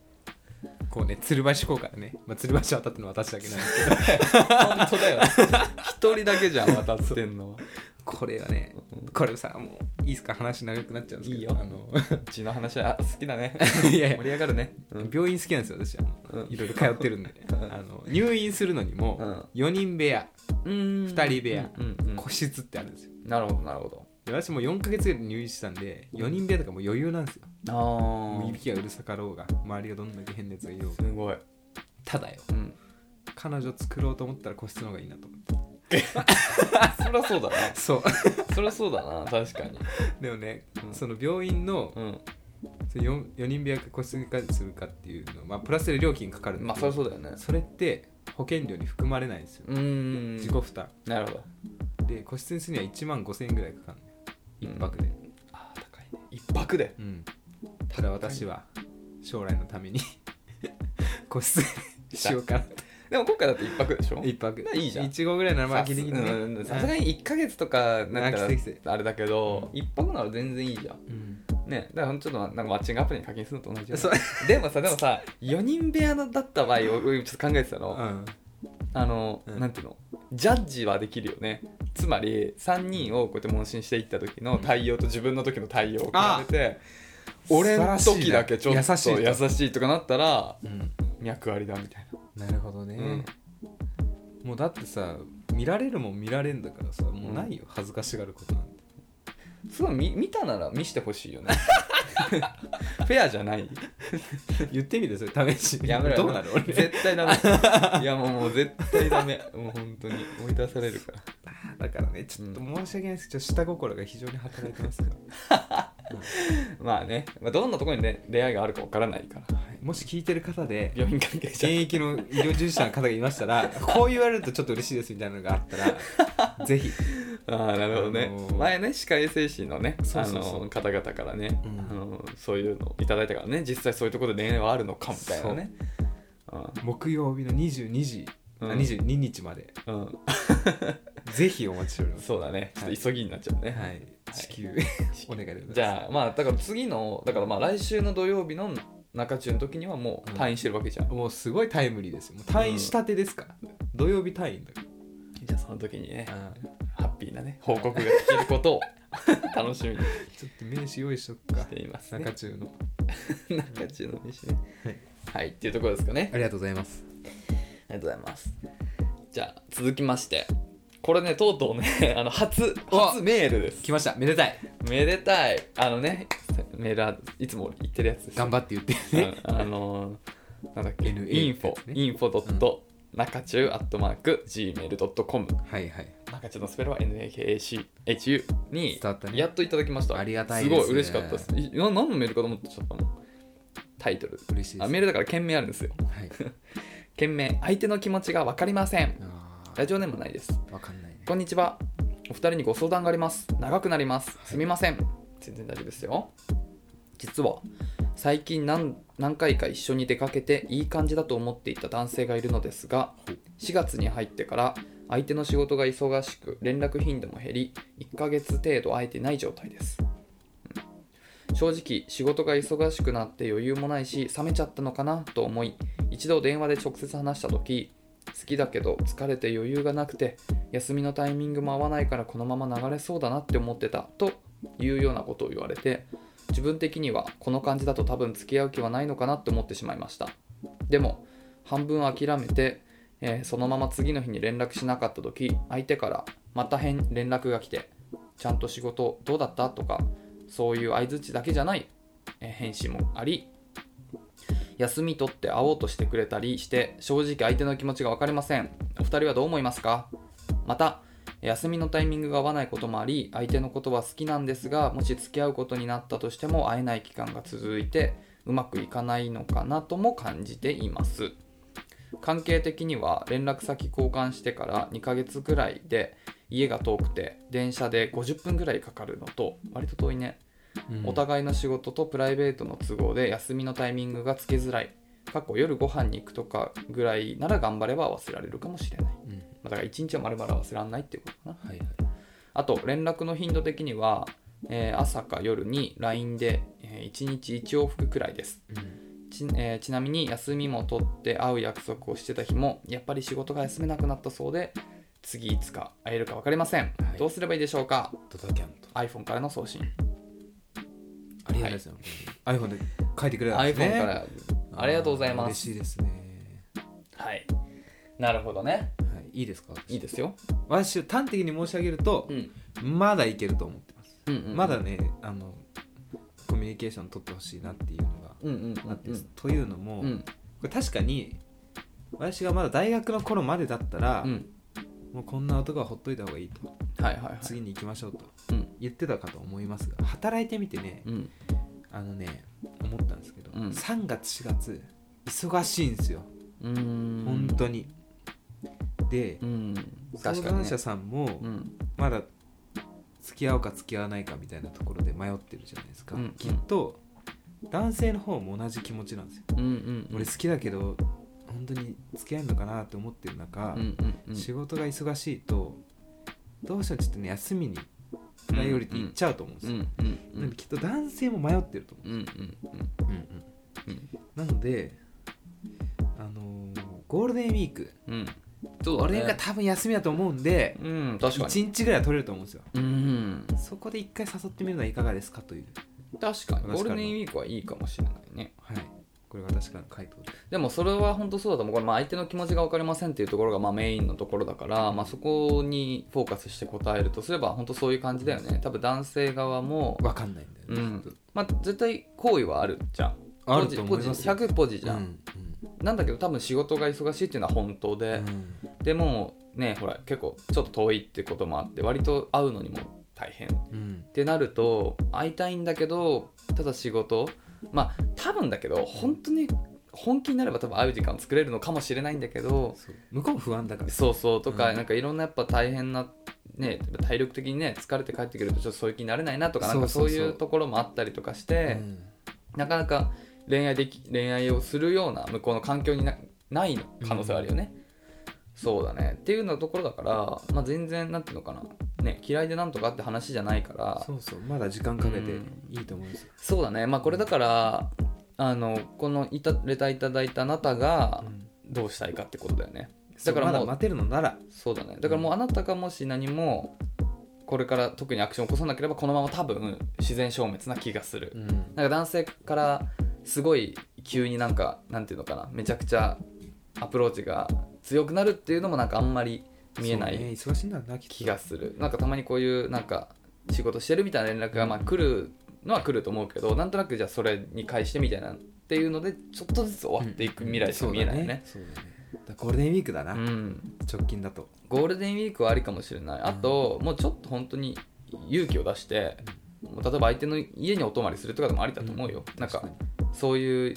Speaker 1: こうね吊る橋効果でね、まあ、吊る橋渡ったのは私だけなんですけど
Speaker 2: 本当だよね <laughs> 一人だけじゃん渡ってんのは
Speaker 1: これはねこれさもういいですか話長くなっちゃうんですけど
Speaker 2: いいよ
Speaker 1: あの
Speaker 2: うちの話は好きだね
Speaker 1: <laughs> いやいや
Speaker 2: 盛り上がるねうん
Speaker 1: 病院好きなんですよ私は
Speaker 2: うん
Speaker 1: いろいろ通ってるんで
Speaker 2: <laughs> うん
Speaker 1: あの入院するのに
Speaker 2: う
Speaker 1: も
Speaker 2: ん
Speaker 1: 4人部屋
Speaker 2: 二
Speaker 1: 二人部屋
Speaker 2: うんうん
Speaker 1: 個室ってあるんですよ
Speaker 2: なるほどなるほど
Speaker 1: で私もう4ヶ月ぐらいで入院してたんで4人部屋とかもう余裕なんですよ
Speaker 2: あ
Speaker 1: もうい
Speaker 2: ー
Speaker 1: びきがうるさかろうが周りがどんだけ変なやつがいようが
Speaker 2: すごい、
Speaker 1: ただよ
Speaker 2: うん、
Speaker 1: 彼女作ろうと思ったら個室の方がいいなと思って
Speaker 2: そりゃそうだな
Speaker 1: そう
Speaker 2: そりゃそうだな確かに
Speaker 1: <laughs> でもね、
Speaker 2: うん
Speaker 1: その病院の
Speaker 2: うん
Speaker 1: その 4, 4人部屋か個室かするかっていうのは、まあ、プラスで料金かかるん
Speaker 2: ま
Speaker 1: だ
Speaker 2: あ
Speaker 1: け
Speaker 2: そ
Speaker 1: ど
Speaker 2: りゃそうだよね
Speaker 1: それって保険料に含まれないんですよ、
Speaker 2: うーん
Speaker 1: 自己負担
Speaker 2: なるほど
Speaker 1: で個室にするには1万5000円ぐらいかかるのよ1泊で、
Speaker 2: あー高いね一泊で
Speaker 1: うん、ただ私は将来のために <laughs> 個室にしようかな
Speaker 2: でも今回だって一泊でしょ
Speaker 1: 一泊
Speaker 2: いいじゃん
Speaker 1: いちごぐらいならまあ
Speaker 2: さ
Speaker 1: ギ
Speaker 2: す
Speaker 1: リギリね、
Speaker 2: うんさすがに1か月とかなんか
Speaker 1: あきついきつ
Speaker 2: あれだけど一泊なら全然いいじゃん
Speaker 1: うん
Speaker 2: ねだからちょっとなんかマッチングアプリに課金するのと同じ
Speaker 1: そう
Speaker 2: うでもさでもさ4人部屋だった場合をちょっと考えてたの、
Speaker 1: うん
Speaker 2: あの、
Speaker 1: うん
Speaker 2: なんていうのジャッジはできるよねつまり3人をこうやって問診していった時の対応と自分の時の対応を比べて、俺の時だけちょっと
Speaker 1: 素晴らしいね優しいと
Speaker 2: 優しいとかなったら
Speaker 1: うん
Speaker 2: 脈ありだみたいな
Speaker 1: なるほどね、もうだってさ見られるもん見られんだからさもうないよ恥ずかしがることなんて <laughs>
Speaker 2: すごい見見たなら見してほしいよねフェアじゃない
Speaker 1: 言ってみてそれ試しに
Speaker 2: やめろ
Speaker 1: どうなる俺
Speaker 2: 絶対
Speaker 1: <laughs>
Speaker 2: ダメいやもうもう絶対ダメもう本当に追い出されるから
Speaker 1: だからねちょっと申し訳ないですけど、ちょっと下心が非常に働いてますから、
Speaker 2: まあね、まあ、どんなところに、ね、恋愛があるかわからないか
Speaker 1: <laughs>
Speaker 2: ら
Speaker 1: はいもし聞いてる方で
Speaker 2: 病院関係
Speaker 1: 現
Speaker 2: 者
Speaker 1: 役の医療従事者の方がいましたらこう言われるとちょっと嬉しいですみたいなのがあった <laughs> らぜひ
Speaker 2: ああなるほどね、
Speaker 1: あのー
Speaker 2: 前ね歯科衛生士のね
Speaker 1: そうそうそう
Speaker 2: あのー方々からね、
Speaker 1: うん
Speaker 2: あのーそういうのいただいたからね実際そういうところで恋愛はあるのかみたいなね
Speaker 1: 木曜日の22時、あ
Speaker 2: うん
Speaker 1: 22日まで
Speaker 2: うん、うん
Speaker 1: ぜひお待ちしております
Speaker 2: そうだねちょっと急ぎになっちゃう
Speaker 1: <laughs>
Speaker 2: ね、
Speaker 1: はい地球、 <laughs> お願いでございます
Speaker 2: じゃあまあだから次のだからまあ来週の土曜日の中中の時にはもう退院してるわけじゃん、
Speaker 1: もうすごいタイムリーですよもう退院したてですから、土曜日退院だか
Speaker 2: じゃあその時にね
Speaker 1: ら、
Speaker 2: ハッピーなね報告が聞けることを楽しみに
Speaker 1: ちょっと名刺用意しとく
Speaker 2: し
Speaker 1: か
Speaker 2: ています <laughs> ね
Speaker 1: 中中の
Speaker 2: 中中の飯ねはい、っていうところですかね
Speaker 1: ありがとうございます
Speaker 2: ありがとうございます。じゃあ続きましてこれねとうとうね <laughs> あの初初メールです。
Speaker 1: 来ましためでたい
Speaker 2: めでたいあのねメールアドいつも言ってるやつです。
Speaker 1: 頑
Speaker 2: 張っ
Speaker 1: 張って言って
Speaker 2: て
Speaker 1: ね
Speaker 2: あのあのーなんだっけ
Speaker 1: NA
Speaker 2: インフ
Speaker 1: っ
Speaker 2: ォ
Speaker 1: てやつね
Speaker 2: インフォドット中中アットマーク gmail.com
Speaker 1: はいはい
Speaker 2: 中中のスペルは NAKACHU に
Speaker 1: 伝わったね
Speaker 2: やっといただきました。
Speaker 1: ありがたい
Speaker 2: す
Speaker 1: です
Speaker 2: ごい嬉しかったです。いな何のメールかと思ってちょっともうタイトル。
Speaker 1: 嬉しいです
Speaker 2: あメールだから件名あるんですよ。
Speaker 1: はい
Speaker 2: 件名相手の気持ちが分かりません。
Speaker 1: あ <laughs>
Speaker 2: ラジオネームないです。
Speaker 1: ーわかんないね
Speaker 2: こんにちは。お二人にご相談があります。長くなります。すみません。全然大丈夫ですよ。実は、最近何何回か一緒に出かけていい感じだと思っていた男性がいるのですが、4月に入ってから相手の仕事が忙しく、連絡頻度も減り、1ヶ月程度会えてない状態です。うん正直、仕事が忙しくなって余裕もないし、冷めちゃったのかなと思い、一度電話で直接話した時好きだけど疲れて余裕がなくて休みのタイミングも合わないからこのまま流れそうだなって思ってたというようなことを言われて自分的にはこの感じだと多分付き合う気はないのかなって思ってしまいましたでも半分諦めて、えーそのまま次の日に連絡しなかった時相手からまた変連絡が来てちゃんと仕事どうだったとかそういう相づちだけじゃない、えー返信もあり休み取って会おうとしてくれたりして正直相手の気持ちが分かりませんお二人はどう思いますかまた休みのタイミングが合わないこともあり相手のことは好きなんですがもし付き合うことになったとしても会えない期間が続いてうまくいかないのかなとも感じています関係的には連絡先交換してから2ヶ月くらいで家が遠くて電車で50分くらいかかるのと割と遠いね
Speaker 1: うん
Speaker 2: お互いの仕事とプライベートの都合で休みのタイミングがつけづらい過去夜ご飯に行くとかぐらいなら頑張れば合わせられるかもしれない、ま
Speaker 1: うん
Speaker 2: あだから一日はまるまる合わせられないっていうことかな
Speaker 1: はいはい
Speaker 2: あと連絡の頻度的には、えー朝か夜に LINE で、え1日1往復くらいです
Speaker 1: うん
Speaker 2: ち,、えーちなみに休みも取って会う約束をしてた日もやっぱり仕事が休めなくなったそうで次いつか会えるか分かりません、
Speaker 1: はい
Speaker 2: どうすればいいでしょうか
Speaker 1: ドタキャンと
Speaker 2: iPhone からの送信
Speaker 1: ありがたいですよ、本当に iPhone で書いてくれたんですね
Speaker 2: iPhone からありがとうございます
Speaker 1: 嬉しいですね
Speaker 2: はい。なるほどね。
Speaker 1: はい、いいですか
Speaker 2: いいですよ。
Speaker 1: 私を端的に申し上げると、
Speaker 2: ん。
Speaker 1: まだいけると思ってます
Speaker 2: うんうんうん
Speaker 1: まだねあのコミュニケーション取ってほしいなっていうのが
Speaker 2: うんうんうん
Speaker 1: あって、というのも、
Speaker 2: うんうん
Speaker 1: これ確かに私がまだ大学の頃までだったら、
Speaker 2: うん
Speaker 1: もうこんな男はほっといた方がいいと
Speaker 2: はいはいはい
Speaker 1: 次に行きましょうと
Speaker 2: うん
Speaker 1: 言ってたかと思いますが働いてみてね
Speaker 2: うん
Speaker 1: あのね思ったんですけど、
Speaker 2: うん
Speaker 1: 3月4月忙しいんですよ
Speaker 2: うーん
Speaker 1: 本当に、で
Speaker 2: うん
Speaker 1: 相
Speaker 2: 確かに
Speaker 1: 談
Speaker 2: ね
Speaker 1: 者さんも、
Speaker 2: うん
Speaker 1: まだ付き合うか付き合わないかみたいなところで迷ってるじゃないですか、
Speaker 2: うん
Speaker 1: きっと男性の方も同じ気持ちなんですよ、
Speaker 2: うんうん
Speaker 1: 俺好きだけど本当に付き合えるのかなって思ってる中、
Speaker 2: うんうんうん
Speaker 1: 仕事が忙しいとどうしてもちょっとね休みにプライオリティいっちゃうと思うんです
Speaker 2: う
Speaker 1: よ、
Speaker 2: んうんう
Speaker 1: なん
Speaker 2: ん
Speaker 1: できっと男性も迷ってると思
Speaker 2: うんうんうん
Speaker 1: う、なのであのーゴールデンウィーク
Speaker 2: うんうん
Speaker 1: ゴ
Speaker 2: そ
Speaker 1: ー
Speaker 2: う
Speaker 1: ル
Speaker 2: だ
Speaker 1: デン
Speaker 2: ね
Speaker 1: ウィークが多分休みだと思うんで、
Speaker 2: うん確かに
Speaker 1: 1日ぐらいは取れると思うんですよ
Speaker 2: うん
Speaker 1: そこで一回誘ってみるのはいかがですかという
Speaker 2: 確かに
Speaker 1: から
Speaker 2: ゴールデンウィークはいいかもしれないね
Speaker 1: はいこれが確かの回答で
Speaker 2: でもそれは本当そうだと思うこれまあ相手の気持ちが分かりませんっていうところがまあメインのところだから、まあ、そこにフォーカスして答えるとすれば本当そういう感じだよね多分男性側も、
Speaker 1: わかんないんだよ
Speaker 2: う
Speaker 1: ね、
Speaker 2: んまあ、絶対好意はあるじゃん
Speaker 1: あると思い
Speaker 2: ポ
Speaker 1: ま
Speaker 2: ジ
Speaker 1: す
Speaker 2: ポジ100ポジじゃん、
Speaker 1: うん
Speaker 2: なんだけど多分仕事が忙しいっていうのは本当
Speaker 1: う
Speaker 2: で
Speaker 1: ん、
Speaker 2: でもねほら結構ちょっと遠いってこともあって割と会うのにも大変っ
Speaker 1: うんうん
Speaker 2: てなると会いたいんだけどただ仕事まあ多分だけど本当に本気になれば多分会う時間作れるのかもしれないんだけど
Speaker 1: そう向こうも不安だから
Speaker 2: そうそうとか、
Speaker 1: うん
Speaker 2: なんかいろんなやっぱ大変な、ね、体力的にね疲れて帰ってくるとちょっとそういう気になれないなとかなんか
Speaker 1: そ
Speaker 2: そう
Speaker 1: そう
Speaker 2: う
Speaker 1: そう
Speaker 2: いうところもあったりとかし
Speaker 1: う
Speaker 2: て、
Speaker 1: ん
Speaker 2: なかなか恋愛でき恋愛をするような向こうの環境になない可能性はあるよね。そうだねっていうのところだから、まあ、全然なんていうのかな、ね、嫌いでなんとかって話じゃないから
Speaker 1: そうそうまだ時間かけて
Speaker 2: うん
Speaker 1: いいと思うんですよ、
Speaker 2: そうだね、まあ、これだからあのこのいたレターいただいたあなたが
Speaker 1: うん
Speaker 2: どうしたいかってことだよね。
Speaker 1: そ
Speaker 2: だ
Speaker 1: う
Speaker 2: から
Speaker 1: ま
Speaker 2: も
Speaker 1: だ
Speaker 2: う
Speaker 1: 待てるのなら
Speaker 2: そうだねだからもうあなたがもし何もこれから特にアクションを起こさなければこのまま多分自然消滅な気がする、
Speaker 1: うん
Speaker 2: なんか男性からすごい急になんかなんていうのかなめちゃくちゃアプローチが強くなるっていうのもなんかあんまり見えな
Speaker 1: そうね
Speaker 2: い
Speaker 1: 忙しいんだろうなきっと
Speaker 2: 気がする、なんかたまにこういうなんか仕事してるみたいな連絡がまあ来るのは来ると思うけどなんとなくじゃあそれに返してみたいなっていうのでちょっとずつ終わっていく未来しか見えないよね。
Speaker 1: そうだねそうだねだからゴールデンウィークだな、
Speaker 2: うん
Speaker 1: 直近だと
Speaker 2: ゴールデンウィークはありかもしれないあと、もうちょっと本当に勇気を出して、もう例えば相手の家にお泊まりするとかでもありだと思うよ、なんか
Speaker 1: 確に
Speaker 2: そういう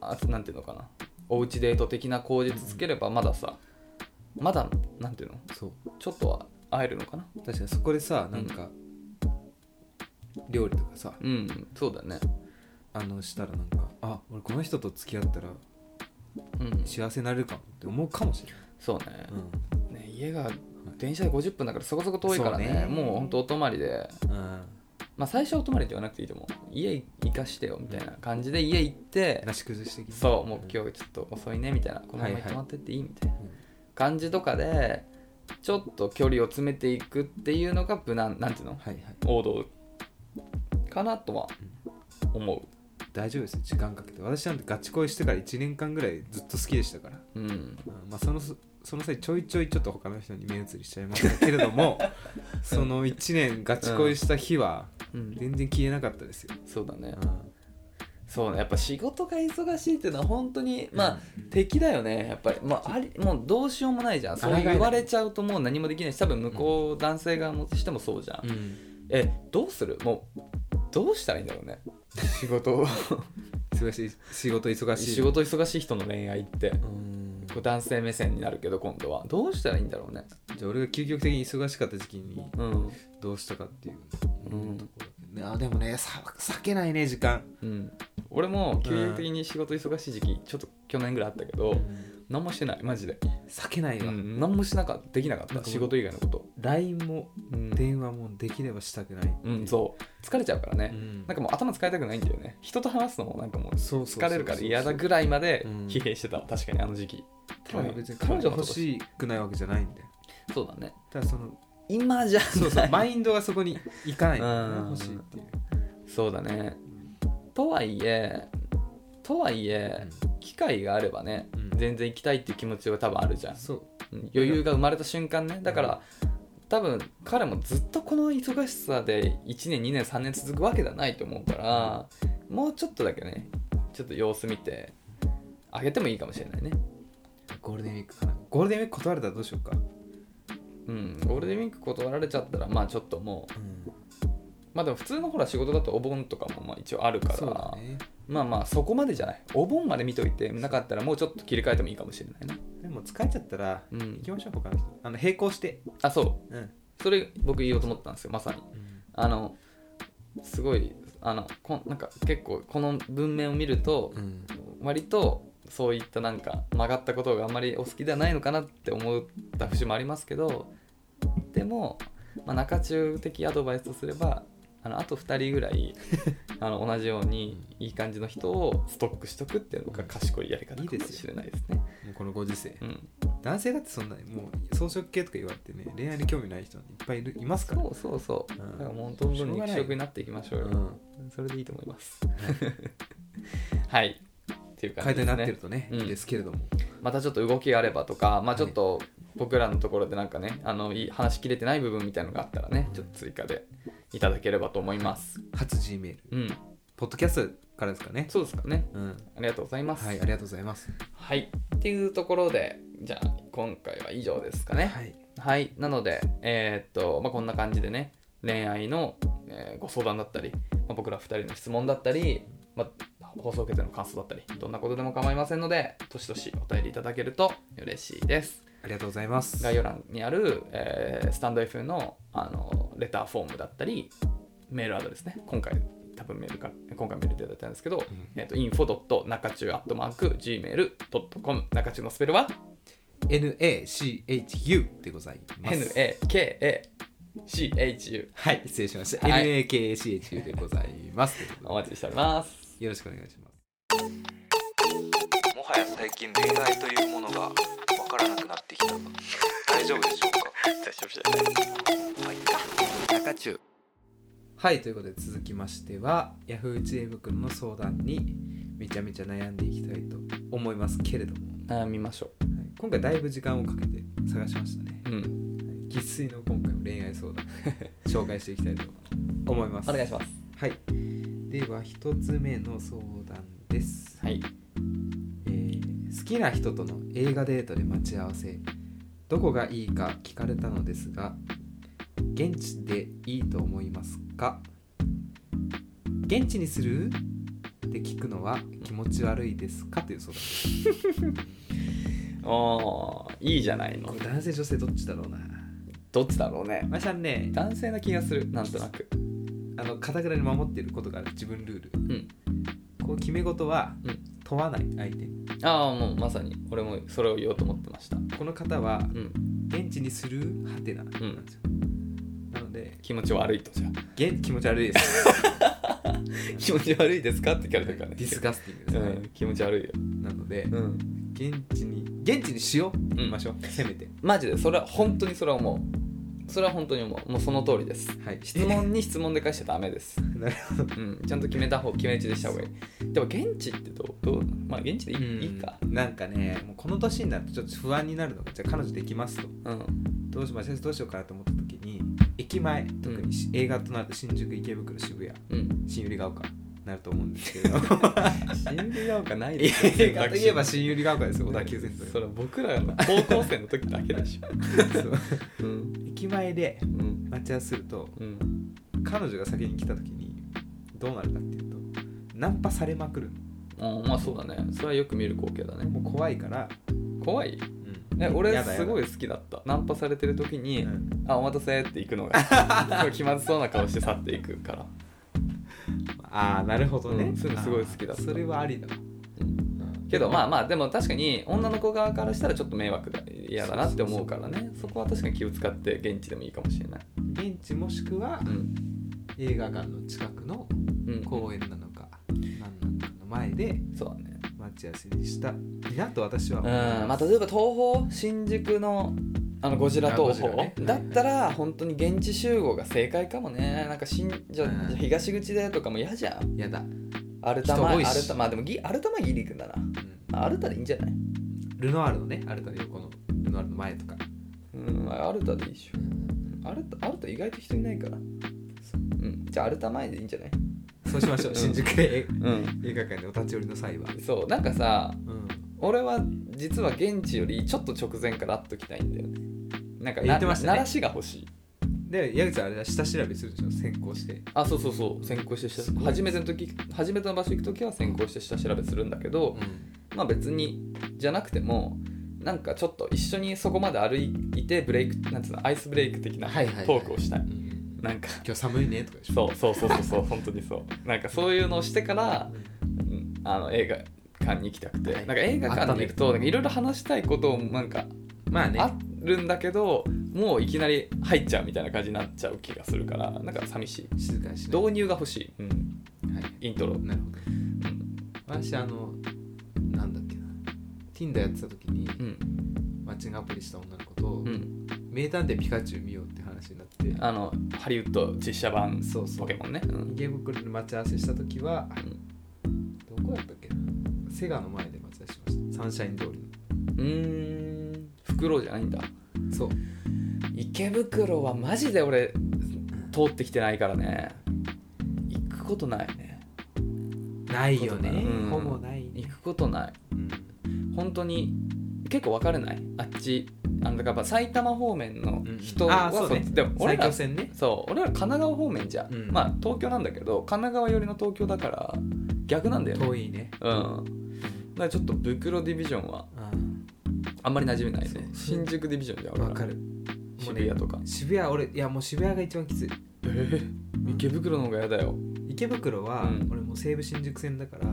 Speaker 2: あなんていうのかなおうちデート的な口実つければまださまだなんていうの
Speaker 1: そう
Speaker 2: ちょっとは会えるのかな
Speaker 1: 確かにそこでさなんか、料理とかさ
Speaker 2: うんそうだね
Speaker 1: あのしたらなんかあ俺この人と付き合ったら
Speaker 2: うん
Speaker 1: 幸せになれるかもって思うかもしれない、
Speaker 2: そうね,、ね家が
Speaker 1: い
Speaker 2: 電車で50分だからそこそこ遠いからね
Speaker 1: そうね
Speaker 2: もう本当お泊まりで
Speaker 1: うんうん
Speaker 2: まあ最初はお泊まりではなくていいと思う家行かしてよみたいな感じで家行って、
Speaker 1: なし崩し的に
Speaker 2: そうもう今日ちょっと遅いねみたいなこのまま
Speaker 1: はいはい
Speaker 2: 泊まってっていいみたいな
Speaker 1: うん
Speaker 2: 感じとかでちょっと距離を詰めていくっていうのが無難なんていうの
Speaker 1: はいはい
Speaker 2: 王道かなとは思
Speaker 1: 大丈夫ですよ時間かけて私なんてガチ恋してから1年間ぐらいずっと好きでしたから、
Speaker 2: ううん
Speaker 1: うんまあ、そのその際ちょいちょいちょっと他の人に目移りしちゃいましたけれど
Speaker 2: <laughs>
Speaker 1: もその1年ガチ恋した日は
Speaker 2: うん
Speaker 1: 全然消えなかったですよ、
Speaker 2: そうだね
Speaker 1: うん
Speaker 2: そうねやっぱ仕事が忙しいっていうのは本当にまあ敵だよねやっぱり、まあ、ありもうどうしようもないじゃんそう言われちゃうともう何もできないし多分向こう男性側もしてもそうじゃん
Speaker 1: うん
Speaker 2: えどうするもうどうしたらいいんだろうね仕事を
Speaker 1: 忙しい仕事忙しい
Speaker 2: 仕事忙しい人の恋愛って
Speaker 1: うん
Speaker 2: こう男性目線になるけど今度はどうしたらいいんだろうね
Speaker 1: じゃあ俺が究極的に忙しかった時期に
Speaker 2: うん
Speaker 1: どうしたかっていう、
Speaker 2: うん
Speaker 1: ところだけどねあでもねさ避けないね時間
Speaker 2: うん俺も究極的に仕事忙しい時期ちょっと去年ぐらいあったけど何もしてないマジで、
Speaker 1: 避けないうわ、
Speaker 2: ん、何もしなかったできなか
Speaker 1: な
Speaker 2: っ
Speaker 1: ん
Speaker 2: た
Speaker 1: かもう
Speaker 2: 仕事以外のこと、
Speaker 1: LINE も
Speaker 2: うん
Speaker 1: 電話もできればしたくない、
Speaker 2: うん、そう疲れちゃうからね、
Speaker 1: うん
Speaker 2: なんかもう頭使いたくないんだよね人と話すのもなんかもう
Speaker 1: そうそうそうそう
Speaker 2: 疲れるから嫌だぐらいまで
Speaker 1: うん
Speaker 2: 疲弊してた、確かにあの時期
Speaker 1: ただ別に彼女欲しくないわけじゃないんで
Speaker 2: そうだね
Speaker 1: ただその
Speaker 2: 今じゃな
Speaker 1: <laughs>
Speaker 2: い
Speaker 1: そうそう <laughs> マインドがそこにいかないんだよね
Speaker 2: うん
Speaker 1: 欲しいっていう、
Speaker 2: そうだねとはいえとはいえ、機会があればね、
Speaker 1: うん
Speaker 2: 全然行きたいっていう気持ちは多分あるじゃん
Speaker 1: そう
Speaker 2: うん余裕が生まれた瞬間ねだから、多分彼もずっとこの忙しさで1年2年3年続くわけではないと思うからもうちょっとだけねちょっと様子見てあげてもいいかもしれないね
Speaker 1: ゴールデンウィークかなゴールデンウィーク断れたらどうしようか、
Speaker 2: うんゴールデンウィーク断られちゃったらまあちょっともう
Speaker 1: うん、
Speaker 2: まあでも普通のほら仕事だとお盆とかもまあ一応あるから
Speaker 1: そうだね
Speaker 2: まあまあそこまでじゃないお盆まで見といてなかったらもうちょっと切り替えてもいいかもしれないね
Speaker 1: でも疲れちゃったら、
Speaker 2: う
Speaker 1: 行
Speaker 2: ん
Speaker 1: きましょう他の人あの並行して
Speaker 2: あそ
Speaker 1: うん、
Speaker 2: うそれ僕言おうと思ったんですよまさにあのすごいあのこんなんか結構この文面を見ると
Speaker 1: うん、
Speaker 2: 割とそういったなんか曲がったことがあんまりお好きではないのかなって思った節もありますけどでも、まあ、中中的アドバイスとすればあのあと2人ぐらい <laughs> あの同じようにいい感じの人をストックしとくっていうのが賢いやり方かも
Speaker 1: いいです
Speaker 2: し
Speaker 1: よ
Speaker 2: れないですね。
Speaker 1: もうこのご時世
Speaker 2: うん、
Speaker 1: 男性だってそんなもう装飾系とか言われてね恋愛に興味ない人いっぱいいるいますから
Speaker 2: そうそうそう、
Speaker 1: うん
Speaker 2: だからもうどんど
Speaker 1: し
Speaker 2: ん肉
Speaker 1: ょうがな
Speaker 2: 食
Speaker 1: い
Speaker 2: になっていきましょうよ、
Speaker 1: うん、
Speaker 2: それでいいと思いますはいっていう感
Speaker 1: 回答
Speaker 2: じで
Speaker 1: に
Speaker 2: す
Speaker 1: な
Speaker 2: ね
Speaker 1: ってるとね、
Speaker 2: うん
Speaker 1: いいですけれども
Speaker 2: またちょっと動きがあればとか、まあ、ちょっと僕らのところでなんかね、あのいい話し切れてない部分みたいのがあったらねちょっと追加でいただければと思います
Speaker 1: 初 G メール
Speaker 2: うん
Speaker 1: ポッドキャストからですかね
Speaker 2: そうですかね
Speaker 1: うん
Speaker 2: ありがとうございます
Speaker 1: はいありがとうございます
Speaker 2: はい、っていうところでじゃあ今回は以上ですかね
Speaker 1: はい
Speaker 2: はい、なので、えーっとまあ、こんな感じでね恋愛の、えーご相談だったり、まあ、僕ら2人の質問だったり、まあ、放送を受けての感想だったりどんなことでも構いませんので年々お便りいただけると嬉しいです
Speaker 1: ありがとうございます
Speaker 2: 概要欄にある、えースタンド F のあのレターフォームだったりメールアドレスね今回多分メールか今回メールでいただいたんですけど、
Speaker 1: ん
Speaker 2: えーっと info.nakachu.gmail.com 中中のスペルは
Speaker 1: NACHU でございます
Speaker 2: NAKACHU
Speaker 1: はい失礼しました、
Speaker 2: はい
Speaker 1: NAKCHU でござい
Speaker 2: <laughs>
Speaker 1: ますということで
Speaker 2: お待ちしております
Speaker 1: よろしくお願いします
Speaker 3: もはや最近恋愛というものがわからなくなってきた大丈夫でしょうか大丈夫じゃないはい中中
Speaker 1: はいということで続きましては Yahoo! 知恵袋の相談にめちゃめちゃ悩んでいきたいと思いますけれども、
Speaker 2: 悩みましょ
Speaker 1: はい今回だいぶ時間をかけて探しましたね
Speaker 2: ううん
Speaker 1: 生粋の今回も恋愛相談 <laughs> 紹介していきたいと思います
Speaker 2: お願いします
Speaker 1: はいでは一つ目の相談です、
Speaker 2: はい
Speaker 1: えー好きな人との映画デートで待ち合わせどこがいいか聞かれたのですが現地でいいと思いますか現地にするって聞くのは気持ち悪いですかという相談です
Speaker 2: ああいいじゃない
Speaker 1: こ
Speaker 2: の
Speaker 1: れ男性女性どっちだろうな
Speaker 2: どっちだろうね
Speaker 1: まあ、しゃんね
Speaker 2: 男性な気がするなんとなく
Speaker 1: あの片倉に守っていることがある自分ルール
Speaker 2: うん
Speaker 1: こう決め事は
Speaker 2: うん
Speaker 1: 問わない相手に
Speaker 2: ああもうまさに俺もそれを言おうと思ってました
Speaker 1: この方は
Speaker 2: うん
Speaker 1: 現地にするはてななんですよ、なので
Speaker 2: 気持ち悪いと <laughs> じゃあ
Speaker 1: 現気持ち悪いです
Speaker 2: <laughs> 気持ち悪いですかって聞かれたからね
Speaker 1: ディスガスティングですね、
Speaker 2: うん気持ち悪いよ
Speaker 1: なので
Speaker 2: うん
Speaker 1: 現地に現地にしようって言いましょう、せめて
Speaker 2: マジでそれは本当にそれは思うそれは本当に思うもうその通りです
Speaker 1: はい
Speaker 2: 質問に質問で返しちゃダメです
Speaker 1: <laughs>
Speaker 2: <laughs>
Speaker 1: なるほど
Speaker 2: うん、ちゃんと決めた方決め打ちでした方がいいでも現地ってどうどうまあ現地でいい,、いいか
Speaker 1: うんなんかねもうこの年になるとちょっと不安になるのがじゃあ彼女できますと
Speaker 2: うん
Speaker 1: どうしまあ先生どうしようかなと思った時に駅前特にし、映画となると新宿池袋渋谷
Speaker 2: うん
Speaker 1: 新百合ヶ丘なると思うんです
Speaker 2: <laughs>
Speaker 1: けど
Speaker 2: 新宿丘ないですよ
Speaker 1: 映画といえば新百合ヶ丘ですよ小
Speaker 2: 選
Speaker 1: 田
Speaker 2: 択肢
Speaker 1: 急線と
Speaker 2: それは僕らの高校生の時だけでしょ
Speaker 1: そう
Speaker 2: うん
Speaker 1: 駅前で
Speaker 2: うん
Speaker 1: 待ち合わせすると
Speaker 2: うん
Speaker 1: 彼女が先に来た時にどうなるかっていうとナンパされまくる
Speaker 2: うんまあそうだねそれはよく見る光景だね
Speaker 1: もう怖いから、
Speaker 2: 怖い
Speaker 1: うん
Speaker 2: え俺
Speaker 1: やだやだ
Speaker 2: すごい好きだったナンパされてる時に「
Speaker 1: うん
Speaker 2: あお待たせ」って行くのがすごい気まずそうな顔して去っていくから
Speaker 1: ああなるほどね、
Speaker 2: うんそういうのすごい好きだった
Speaker 1: あーそれはありだわ、
Speaker 2: けどまあまあでも確かに女の子側からしたらちょっと迷惑だ嫌だなって思うからねそこは確かに気を使って現地でもいいかもしれない、
Speaker 1: 現地もしくは
Speaker 2: うん
Speaker 1: 映画館の近くの
Speaker 2: うん、
Speaker 1: 公園なのか何なのかの前で
Speaker 2: そうだね
Speaker 1: 待ち合わせにしたいなと私は
Speaker 2: う
Speaker 1: 思います
Speaker 2: んまあ例えば東宝新宿のあのゴジラ東
Speaker 1: あゴジ
Speaker 2: 宝、
Speaker 1: ラね
Speaker 2: だったら本当に現地集合が正解かもねなんか新じゃ
Speaker 1: うん
Speaker 2: じゃあ東口でとかも嫌じゃん
Speaker 1: やだ、
Speaker 2: アルタ
Speaker 1: 人
Speaker 2: マ
Speaker 1: 多いし
Speaker 2: アルタまあでもギアルタマギリ行くんだな
Speaker 1: うん
Speaker 2: まあアルタでいいんじゃない
Speaker 1: ルノアールのねあれたの横のルノアールの前とか
Speaker 2: うんまあアルタでいいでしょアルタアルタ意外と人いないからうんじゃあアルタ前でいいんじゃない
Speaker 1: そうしましょう新宿映
Speaker 2: うん
Speaker 1: 映画館でお立ち寄りの際は
Speaker 2: そうなんかさ
Speaker 1: うん
Speaker 2: 俺は実は現地よりちょっと直前から会っときたいんだよねなんかな
Speaker 1: 言ってましたね
Speaker 2: ならしが欲しい
Speaker 1: で矢口さんあれだ下調べするでしょ先行して
Speaker 2: あそうそうそう先行して
Speaker 1: す
Speaker 2: 下
Speaker 1: ごい
Speaker 2: 初めての時初めての場所行く時は先行して下調べするんだけど、まあ別にじゃなくてもなんかちょっと一緒にそこまで歩いてブレイクなんつうのアイスブレイク的なト
Speaker 1: はいはいはい
Speaker 2: ークをしたい,、
Speaker 1: うん
Speaker 2: なんか
Speaker 1: 今日寒いねとかでしょ
Speaker 2: そうそうそうそうそう本当にそうなんかそういうのをしてから、うんあの映画館に行きたくて、
Speaker 1: はい
Speaker 2: なんか映画館に行くとなんかいろいろ話したいことをなんか
Speaker 1: まあね
Speaker 2: あるんだけどもういきなり入っちゃうみたいな感じになっちゃう気がするからなんか寂しい
Speaker 1: 静かにしない
Speaker 2: 導入が欲しい、うん、
Speaker 1: はい
Speaker 2: イントロ、
Speaker 1: なるほど
Speaker 2: うん
Speaker 1: 私あのなんだっけな Tinder やってた時に
Speaker 2: うん
Speaker 1: マッチングアプリした女の子と、
Speaker 2: うん、
Speaker 1: 名探偵ピカチュウ見ようって話になって
Speaker 2: あのハリウッド実写版
Speaker 1: そうそ
Speaker 2: ポ
Speaker 1: う
Speaker 2: ケモンね、うん
Speaker 1: 池袋で待ち合わせした時は、どこだったっけなセガの前で待ち合わせしましたサンシャイン通り
Speaker 2: うーん袋じゃないんだ
Speaker 1: のそう
Speaker 2: 池袋はマジで俺通ってきてないからね行くことないね
Speaker 1: ないよね
Speaker 2: うん
Speaker 1: ほぼないね
Speaker 2: 行くことない
Speaker 1: うん
Speaker 2: 本当に結構分かれないあっちあのだからやっぱ埼玉方面の
Speaker 1: うん
Speaker 2: 人は
Speaker 1: あーそう
Speaker 2: そっ
Speaker 1: ね
Speaker 2: ちでも俺
Speaker 1: 埼
Speaker 2: ら
Speaker 1: 京線ね
Speaker 2: そう俺ら神奈川方面じゃん、
Speaker 1: うん
Speaker 2: まあ東京なんだけど神奈川寄りの東京だから逆なんだよね
Speaker 1: 遠いね
Speaker 2: うんだからちょっと袋ディビジョンはあんまり馴染みないね
Speaker 1: そう
Speaker 2: 新宿ディビジョンじゃ
Speaker 1: わか
Speaker 2: る
Speaker 1: る
Speaker 2: 渋谷とか
Speaker 1: 渋谷俺いやもう渋谷が一番きつい
Speaker 2: えー池袋の方が嫌だよ
Speaker 1: 池袋は、
Speaker 2: うん
Speaker 1: 俺もう西武新宿線だから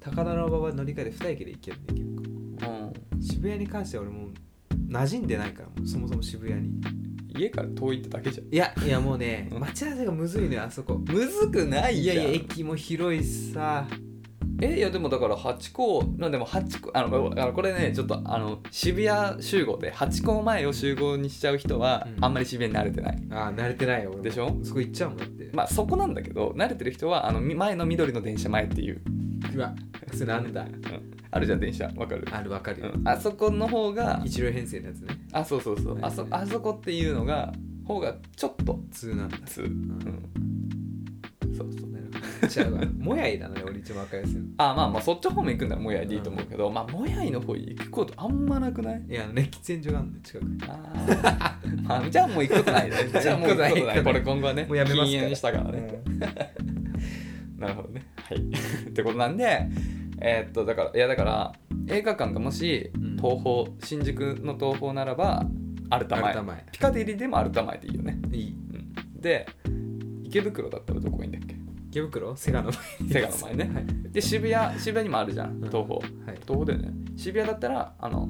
Speaker 1: 高田馬場乗り換えで2駅で行けるんだけど
Speaker 2: うん
Speaker 1: 渋谷に関しては俺もう馴染んでないからもうそもそも渋谷に
Speaker 2: 家から遠いってだけじゃん
Speaker 1: いやいやもうね
Speaker 2: <laughs> うん
Speaker 1: 待ち合わせがむずいのよあそこ
Speaker 2: むずくない
Speaker 1: い
Speaker 2: じゃ
Speaker 1: や
Speaker 2: ん
Speaker 1: いや駅も広いしさ
Speaker 2: えいやでもだから八甲なでも八甲あのあのこれねちょっとあの渋谷集合で八甲前を集合にしちゃう人は
Speaker 1: うん
Speaker 2: あんまり渋谷に慣れてない、
Speaker 1: ああ慣れてないよ俺も
Speaker 2: でしょ
Speaker 1: そこ行っちゃうもんだって、
Speaker 2: まあそこなんだけど慣れてる人はあのみ前の緑の電車前っていう、
Speaker 1: うわそれなんだ
Speaker 2: うん、あるじゃん電車わかる、
Speaker 1: あるわかるよ、
Speaker 2: うん、あそこの方が
Speaker 1: 一両編成のやつね
Speaker 2: あそうそうそうあそあそこっていうのが方がちょっと
Speaker 1: 普通なんだ
Speaker 2: つうんそうそう
Speaker 1: なるほど違うわもやいだね俺一番わかりやすいの
Speaker 2: あまあまあそっち方面行くんならもやいでいいと思うけど、まあもやいの方行くことあんまなくない
Speaker 1: いやあのね喫煙所があるのよ近くに
Speaker 2: あーま <laughs> あじゃあもう行くことないね。 <laughs> じゃあもう行くことない。これ今後はね、
Speaker 1: もうやめますから
Speaker 2: 禁煙したからね。なるほどね。はい。 <laughs> ってことなんで、えーっと、だから、いやだから、映画館がもし
Speaker 1: うん、
Speaker 2: 東宝、新宿の東宝ならば、アルタ
Speaker 1: あ
Speaker 2: 前
Speaker 1: る。前
Speaker 2: ピカデリーでもアルタ前でいいよね。
Speaker 1: いい
Speaker 2: うんで、池袋だったらどこがいいんだっけ
Speaker 1: 池袋セガの前
Speaker 2: セガの前ね
Speaker 1: <laughs> はい
Speaker 2: で、渋谷、渋谷にもあるじゃん、東宝。
Speaker 1: はい
Speaker 2: 東宝だよね。渋谷だったら、あの、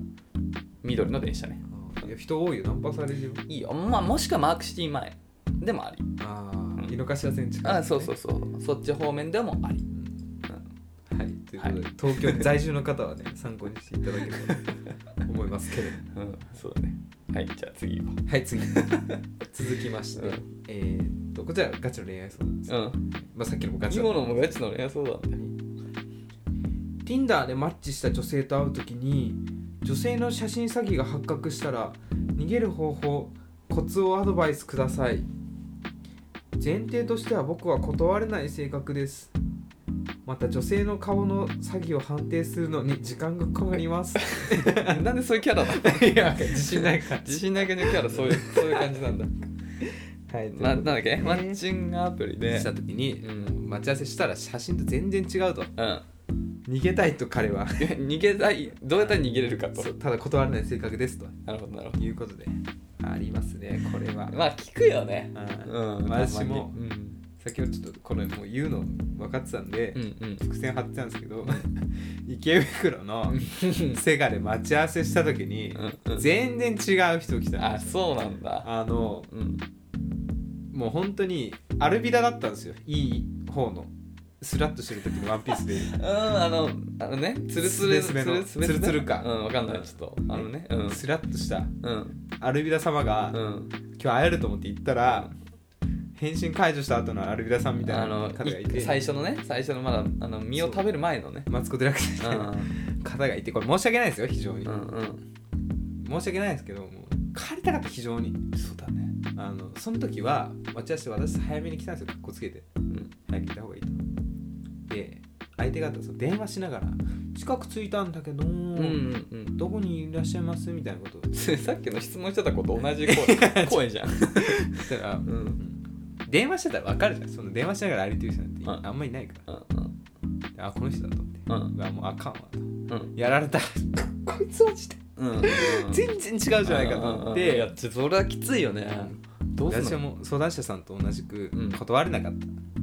Speaker 2: 緑の電車ね。
Speaker 1: あーいや人多いよナンパされるよ
Speaker 2: いいよ、まあ、もしくはマークシティ前でもあり、
Speaker 1: あ
Speaker 2: うん
Speaker 1: あ井の頭線近く、
Speaker 2: あそうそうそうそっち方面でもあり
Speaker 1: うはいということで、東京に在住の方はね参考にしていただければと思いますけれども
Speaker 2: うんそうだねはいじゃあ次は
Speaker 1: はい
Speaker 2: <laughs>
Speaker 1: 次続きまして、
Speaker 2: う
Speaker 1: えーっとこちらガチの恋愛相談です、
Speaker 2: うん
Speaker 1: まあ、さっきのもガチだ
Speaker 2: 今のもガチの恋愛相談だね
Speaker 1: Tinder でマッチした女性と会う時に女性の写真詐欺が発覚したら逃げる方法コツをアドバイスください前提としては僕は断れない性格ですまた女性の顔の詐欺を判定するのに時間がかかります
Speaker 2: <laughs> なんでそういうキャラなのいや自信ないから <laughs> 自信ないけのキャラそういう <laughs> そういう感じなんだ
Speaker 1: <laughs> はい
Speaker 2: ななんだっけマッ
Speaker 1: チ
Speaker 2: チングアプリで
Speaker 1: した時に
Speaker 2: うん
Speaker 1: 待ち合わせしたら写真と全然違うと
Speaker 2: うん、
Speaker 1: 逃げたいと彼は
Speaker 2: 逃げたいどうやったら逃げれるか
Speaker 1: <laughs>
Speaker 2: と
Speaker 1: そうただ断れない性格ですと
Speaker 2: なるほどなるほど
Speaker 1: いうことでありますねこれは
Speaker 2: まあ聞くよね
Speaker 1: うん
Speaker 2: たまに
Speaker 1: 私も
Speaker 2: うん
Speaker 1: 先ほどちょっとこれもう言うの分かってたんで、
Speaker 2: うんうん
Speaker 1: 伏線張ってたんですけど <laughs> 池袋のセガで待ち合わせした時に
Speaker 2: うんうん
Speaker 1: 全然違う人来たん
Speaker 2: あ
Speaker 1: ですよ
Speaker 2: そうなんだ
Speaker 1: あの
Speaker 2: うん
Speaker 1: もう本当にアルビダだったんですよいい方のスラッとしてる時のワンピースで
Speaker 2: うん、あの、あのね、つるつる、
Speaker 1: すべすべの
Speaker 2: つる
Speaker 1: つるつるか
Speaker 2: うん、わかんない、ちょっと、 <laughs> あのね、うん、
Speaker 1: スラッとした
Speaker 2: うん、
Speaker 1: アルビダ様が、
Speaker 2: うん、
Speaker 1: 今日会えると思って行ったら返信解除した後のアルビダさんみたい
Speaker 2: あ
Speaker 1: な
Speaker 2: の
Speaker 1: 方がい、
Speaker 2: い
Speaker 1: て
Speaker 2: 最初のね、最初のまだ、あの、身を食べる前のね。
Speaker 1: マツコ・デラックスみ
Speaker 2: う、
Speaker 1: たいなん方がいてこれ申し訳ないですよ非常に、
Speaker 2: うん、う
Speaker 1: 申
Speaker 2: ん、
Speaker 1: し訳ないですけどもう帰りたかった非常に
Speaker 2: そうだね。
Speaker 1: あのその時は待ち合わせ私早めに来たんですよかっこつけて
Speaker 2: うん
Speaker 1: 早く来た方がいいとで相手方その電話しながら「近く着いたんだけど、
Speaker 2: うんうんうん <laughs>
Speaker 1: どこにいらっしゃいます?」みたいなことを言
Speaker 2: さっきの質問してたこと同じ声声じゃん、
Speaker 1: ったら
Speaker 2: うんうん
Speaker 1: 電話してたら分かるじゃんその電話しながら歩いてる人なんて
Speaker 2: うん
Speaker 1: あんまりいないから
Speaker 2: うん
Speaker 1: あこの人だと思って
Speaker 2: うん
Speaker 1: うわもうあかんわと
Speaker 2: うん
Speaker 1: やら <laughs> れたこいつマジで
Speaker 2: うん
Speaker 1: 全然違うじゃないかと思っ
Speaker 2: うんうんうんい
Speaker 1: て
Speaker 2: やちょそれはきついよねどうす
Speaker 1: 私
Speaker 2: る
Speaker 1: は
Speaker 2: の
Speaker 1: もう相談者さんと同じく
Speaker 2: うん
Speaker 1: 断れなかっ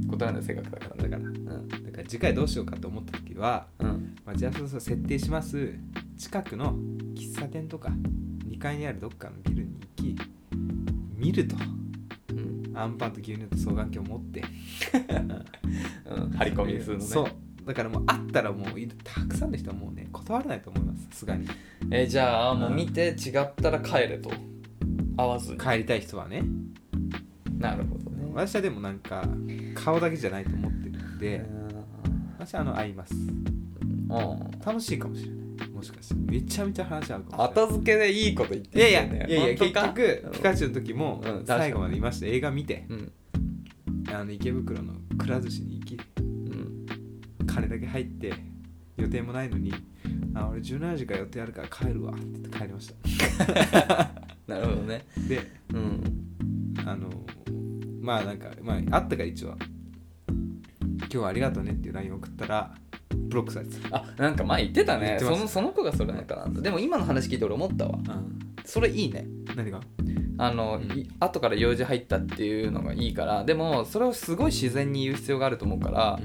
Speaker 2: 答えない性格だから
Speaker 1: ただか
Speaker 2: ね
Speaker 1: ら
Speaker 2: うん
Speaker 1: だから次回どうしようかと思った時は
Speaker 2: うん
Speaker 1: 待ち合わせを設定します近くの喫茶店とか2階にあるどっかのビルに行き見ると
Speaker 2: うん
Speaker 1: アンパンと牛乳と双眼鏡を持って
Speaker 2: うん張り込みするのね
Speaker 1: そうだからもう会ったらもういたくさんの人はもうね断れないと思いますさすがに
Speaker 2: えじゃあもう見て違ったら帰れと会わずに
Speaker 1: 帰りたい人はね
Speaker 2: なるほどね
Speaker 1: 私はでもなんか顔だけじゃないと思ってるん
Speaker 2: う
Speaker 1: で
Speaker 2: ん
Speaker 1: 私はあの会います
Speaker 2: うん
Speaker 1: 楽しいかもしれないもしかしてめちゃめちゃ話合うかもしれない
Speaker 2: 後付けでいいこと言っ
Speaker 1: い
Speaker 2: て
Speaker 1: や
Speaker 2: る
Speaker 1: い
Speaker 2: よ
Speaker 1: や
Speaker 2: ね
Speaker 1: いやいや結
Speaker 2: 本当か
Speaker 1: 局ピカチュウの時も
Speaker 2: うん
Speaker 1: 最後までいました映画見て
Speaker 2: うん
Speaker 1: あの池袋のくら寿司に行き
Speaker 2: うん
Speaker 1: 金だけ入って予定もないのに「あ俺17時から予定あるから帰るわ」って言って帰りました
Speaker 2: なるほどね
Speaker 1: で
Speaker 2: うん
Speaker 1: あのまあなんかまああったから一応今日はありがとうねっていう LINE 送ったらブロックされてた、
Speaker 2: あなんか前言ってた
Speaker 1: 言
Speaker 2: ね
Speaker 1: ってま
Speaker 2: そ
Speaker 1: した
Speaker 2: のその子がそれなんかなんだでも今の話聞いて俺思ったわそれいいね
Speaker 1: 何が
Speaker 2: あの、
Speaker 1: うん
Speaker 2: い後から用事入ったっていうのがいいからでもそれをすごい自然に言う必要があると思うから、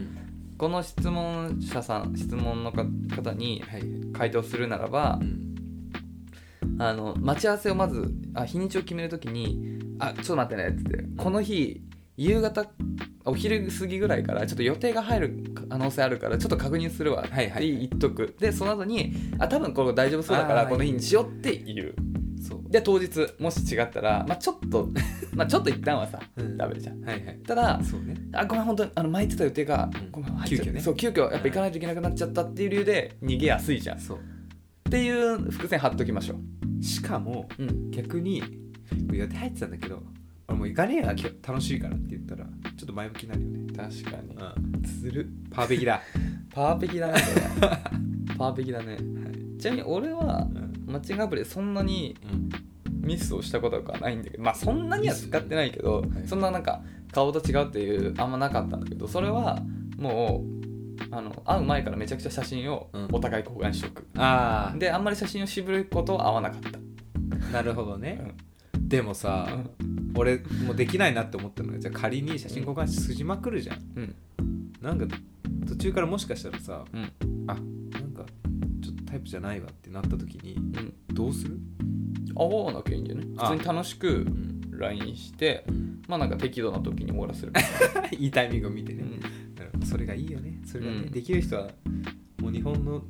Speaker 2: この質問者さん質問のか方に
Speaker 1: はい、
Speaker 2: 回答するならば、あの待ち合わせをまずあ日にちを決めるときに「あちょっと待ってね」っつって「この日夕方お昼過ぎぐらいからちょっと予定が入る可能性あるからちょっと確認するわ」っ
Speaker 1: はい
Speaker 2: て
Speaker 1: はい
Speaker 2: 言っとく、でその後に「あ多分これ大丈夫そうだか
Speaker 1: あ
Speaker 2: ら
Speaker 1: ー
Speaker 2: この日にしよう」って言う
Speaker 1: そう
Speaker 2: で当日もし違ったら、まあ、ちょっと <laughs> まあちょっと一旦はさ、
Speaker 1: うん
Speaker 2: ダメじゃん
Speaker 1: はいはい
Speaker 2: ただ
Speaker 1: そうね
Speaker 2: あごめん本当にあの巻いてた予定が、
Speaker 1: うん
Speaker 2: ごめん入っちゃっ
Speaker 1: 急遽ね
Speaker 2: そう急遽やっぱ行かないといけなくなっちゃったっていう理由で逃げやすいじゃんっ
Speaker 1: そう
Speaker 2: ていう伏線貼っときましょ
Speaker 1: しかも
Speaker 2: ううん
Speaker 1: 逆に予定入ってたんだけど俺もう行かねえな今日楽しいからって言ったらちょっと前向きになるよね
Speaker 2: 確かに
Speaker 1: うん
Speaker 2: する
Speaker 1: パーベキだ、
Speaker 2: パーペキだねそれパーペキだねちなみに俺
Speaker 1: <laughs>
Speaker 2: は
Speaker 1: うん
Speaker 2: マッチングアプリでそんなにミスをしたことはないんだけどまあそんなには使ってないけど、
Speaker 1: はい
Speaker 2: そんななんか顔と違うっていうあんまなかったんだけどそれはもうあの会う前からめちゃくちゃ写真を
Speaker 1: うん
Speaker 2: お互い交換しておく、
Speaker 1: あ
Speaker 2: であんまり写真を渋ることは合わなかった、
Speaker 1: あなるほどね、でもさ、俺もうできないなって思ったのがじゃあ仮に写真交換し筋まくるじゃん
Speaker 2: うん
Speaker 1: なんか途中からもしかしたらさ
Speaker 2: うん
Speaker 1: あなんかちょっとタイプじゃないわってなった時に
Speaker 2: うん
Speaker 1: どうする、
Speaker 2: 合わなきゃいいんじゃない
Speaker 1: あ
Speaker 2: 普通に楽しく
Speaker 1: うん
Speaker 2: LINE してまあなんか適度な時に終わらせる、
Speaker 1: <laughs> いいタイミングを見て
Speaker 2: う
Speaker 1: ね、
Speaker 2: ん
Speaker 1: なるほどそれがいいよねそれがね、
Speaker 2: うん
Speaker 1: できる人はもう日本の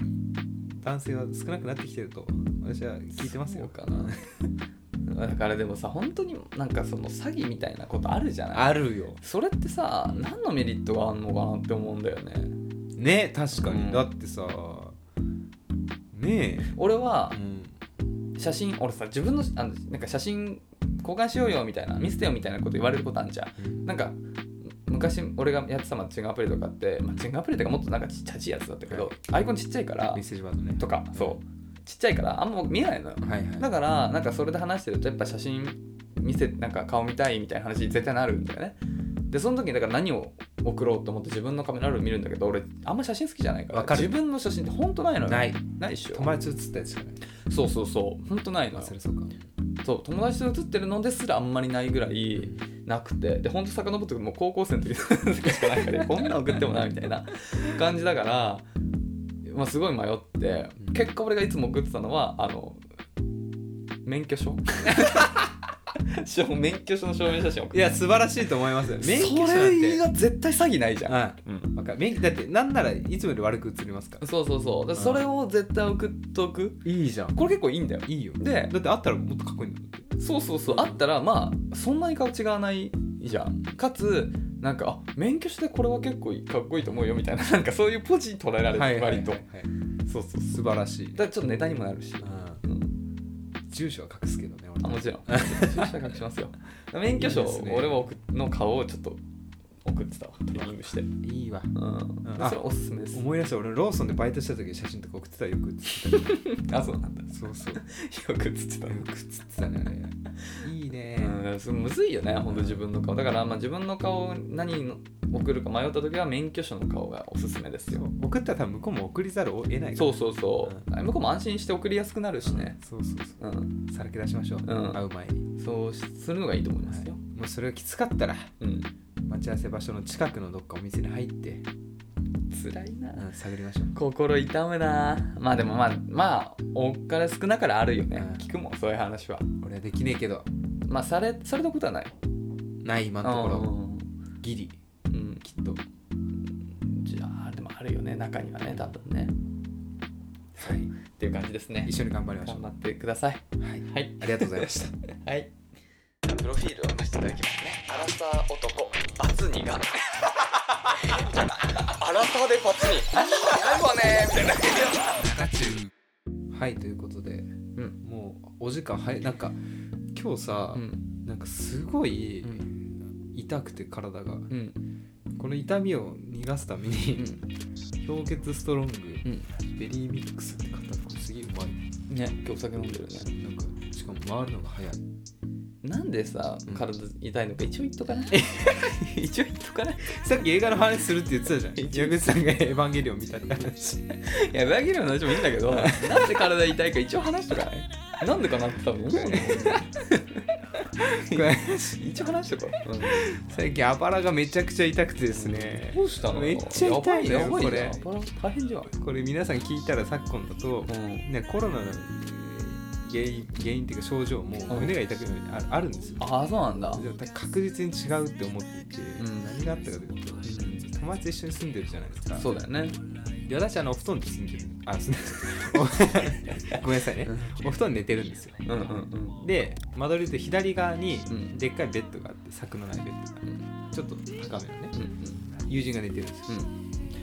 Speaker 1: 男性は少なくなってきてると私は聞いてますよ
Speaker 2: そうかな <laughs> だからでもさ本当になんかその詐欺みたいなことあるじゃない
Speaker 1: あるよ
Speaker 2: それってさ何のメリットがあるのかなって思うんだよね
Speaker 1: ね確かに、
Speaker 2: うん
Speaker 1: だってさね
Speaker 2: 俺
Speaker 1: え、
Speaker 2: は
Speaker 1: ん、
Speaker 2: 写真俺さ自分のあのなんか写真交換しようよみたいな見せてよみたいなこと言われることあるじゃんなんか昔俺がやってたマッチングアプリとかってマッチングアプリとかもっとなんかちっちゃいやつだったけど、
Speaker 1: はい
Speaker 2: アイコンちっちゃいから
Speaker 1: メッセージバードね
Speaker 2: とかそうちっちゃいからあんま見えないのよ
Speaker 1: はいはい
Speaker 2: だからなんかそれで話してるとやっぱ写真見せなんか顔見たいみたいな話に絶対なるんだよねでその時にだから何を送ろうと思って自分のカメラルーム見るんだけど俺あんま写真好きじゃないから
Speaker 1: わかる
Speaker 2: 自分の写真ってほんとないのよ
Speaker 1: ない
Speaker 2: ないっしょ
Speaker 1: 友達写ったやつしかない
Speaker 2: そうそうそうほんとないのよ
Speaker 1: 忘れそうか
Speaker 2: そう友達と写ってるのですらあんまりないぐら
Speaker 1: い
Speaker 2: いなくてでほんと遡ってくるもう高校生の時しかな
Speaker 1: <laughs>
Speaker 2: いからこんなん送ってもなみたいな感じだから、まあ、すごい迷って
Speaker 1: うん
Speaker 2: 結果俺がいつも送ってたのはあの免
Speaker 1: <laughs>
Speaker 2: 許証証免許証の証明写真を
Speaker 1: い
Speaker 2: 送って
Speaker 1: や素晴らしいと思いますよ免許証
Speaker 2: そ
Speaker 1: なん
Speaker 2: れ
Speaker 1: て
Speaker 2: が絶対詐欺ないじゃん、
Speaker 1: は
Speaker 2: うん
Speaker 1: いわかる免許だってなんならいつもより悪く写りますから
Speaker 2: そうそうそうでそれを絶対送っとく
Speaker 1: いいじゃん
Speaker 2: これ結構いいんだよ
Speaker 1: いいよ
Speaker 2: で
Speaker 1: だってあったらもっとかっこいいんだもんだって
Speaker 2: そうそうそうあったらまあそんなに顔違わないじゃんかつなんかあ免許証でこれは結構かっこいいと思うよみたいななんかそういうポジに捉えられて、割と
Speaker 1: <laughs> はい
Speaker 2: そうそうそう
Speaker 1: 素晴らしい
Speaker 2: だからちょっとネタにもなるし、
Speaker 1: うん
Speaker 2: うん
Speaker 1: 住所は隠すけどね俺
Speaker 2: あもちろん住所は隠しますよ免許
Speaker 1: い
Speaker 2: 証
Speaker 1: いですね
Speaker 2: 俺は送っの顔をちょっと送ってたわトリミングして、うん、
Speaker 1: いいわあ
Speaker 2: それおすすめです
Speaker 1: 思い出した俺ローソンでバイトした時写真とか送ってたよよく写って
Speaker 2: あそうなんだ
Speaker 1: たそうそう
Speaker 2: よく写ってた
Speaker 1: よく写ってたねあれいいね
Speaker 2: うん、それむずいよね、本当自分の顔。だから、まあ、自分の顔を何に送るか迷った時は免許証の顔がおすすめです
Speaker 1: そ
Speaker 2: よ。
Speaker 1: う送ったら多分向こうも送りざるを得ない
Speaker 2: そう
Speaker 1: う
Speaker 2: そうそう。向こうも安心して送りやすくなるしね。
Speaker 1: そうそうそ
Speaker 2: うん、
Speaker 1: うさらけ出しましょう、
Speaker 2: ん
Speaker 1: 会う前に、
Speaker 2: そうしするのがいいと思いますよ。
Speaker 1: もうそれがきつかったら
Speaker 2: うん、
Speaker 1: 待ち合わせ場所の近くのどっかお店に入って、
Speaker 2: 辛いな。
Speaker 1: うん、探りましょう
Speaker 2: 心痛むな。まあでもまあ、まあ、お金少なからあるよね
Speaker 1: うん。
Speaker 2: 聞くもん、そういう話は。
Speaker 1: 俺はできねえけど
Speaker 2: まあ、され、されたことはない。
Speaker 1: ない今のところギリ
Speaker 2: うんうん。
Speaker 1: きっと
Speaker 2: じゃあ、でもあるよね、中にはね、多分ね。
Speaker 1: はい
Speaker 2: っていう感じですね。
Speaker 1: 一緒に頑張りましょ
Speaker 2: 頑
Speaker 1: う
Speaker 2: 張ってください。
Speaker 1: はい
Speaker 2: はい。
Speaker 1: ありがとうございました
Speaker 2: はい。プロフィールを出していただきますね。アラサー男、バツニが。アラサーでバツニ。なんかねみたいな。
Speaker 1: はいということで、
Speaker 2: ん
Speaker 1: もうお時間はいなんか今日さ、
Speaker 2: うん。
Speaker 1: なんかすごい、
Speaker 2: う
Speaker 1: 痛くて体が
Speaker 2: うん。
Speaker 1: この痛みを逃がすために、氷結ストロング、
Speaker 2: うん
Speaker 1: ベリーミックスって買ったのすげえうまい
Speaker 2: ね、今日お酒飲んでるね。
Speaker 1: なんかしかも回るのが早い
Speaker 2: なんでさ
Speaker 1: うん、
Speaker 2: 体痛いのか一応言っとかない <laughs> 一応言っとかない
Speaker 1: <laughs> さっき映画の話するって言ってたじゃん
Speaker 2: 一応
Speaker 1: 矢口さんがエヴァンゲリオン見たって話 <laughs>
Speaker 2: いや、裏切るの話もいいんだけど、なんで体痛いか一応話しとかないなんでかなって多分思うよ一応話しとか。うん
Speaker 1: 最近あばらがめちゃくちゃ痛くてですね
Speaker 2: どうしたの
Speaker 1: めっちゃ痛いよ
Speaker 2: やば
Speaker 1: これ
Speaker 2: いねやばいじゃん。大変じゃん。
Speaker 1: これ皆さん聞いたら昨今だと、
Speaker 2: うん。
Speaker 1: ね、コロナのえー原因原因っていうか症状も
Speaker 2: うん
Speaker 1: 胸が痛くなるああるんですよ
Speaker 2: ああ、そうなんだ。
Speaker 1: でだから確実に違うって思っていて、
Speaker 2: ん
Speaker 1: 何があったかというと友達と一緒に住んでるじゃないですか
Speaker 2: そうだよね。
Speaker 1: で私あのお布団で住んでるあ
Speaker 2: <laughs>
Speaker 1: 住んでるごめんなさいねお布団で寝てるんですよ
Speaker 2: うんうんうん。
Speaker 1: で間取りで左側に
Speaker 2: うん
Speaker 1: でっかいベッドがあって柵のないベッドが
Speaker 2: うん
Speaker 1: ちょっと高めのね
Speaker 2: うんうん
Speaker 1: 友人が寝てるんです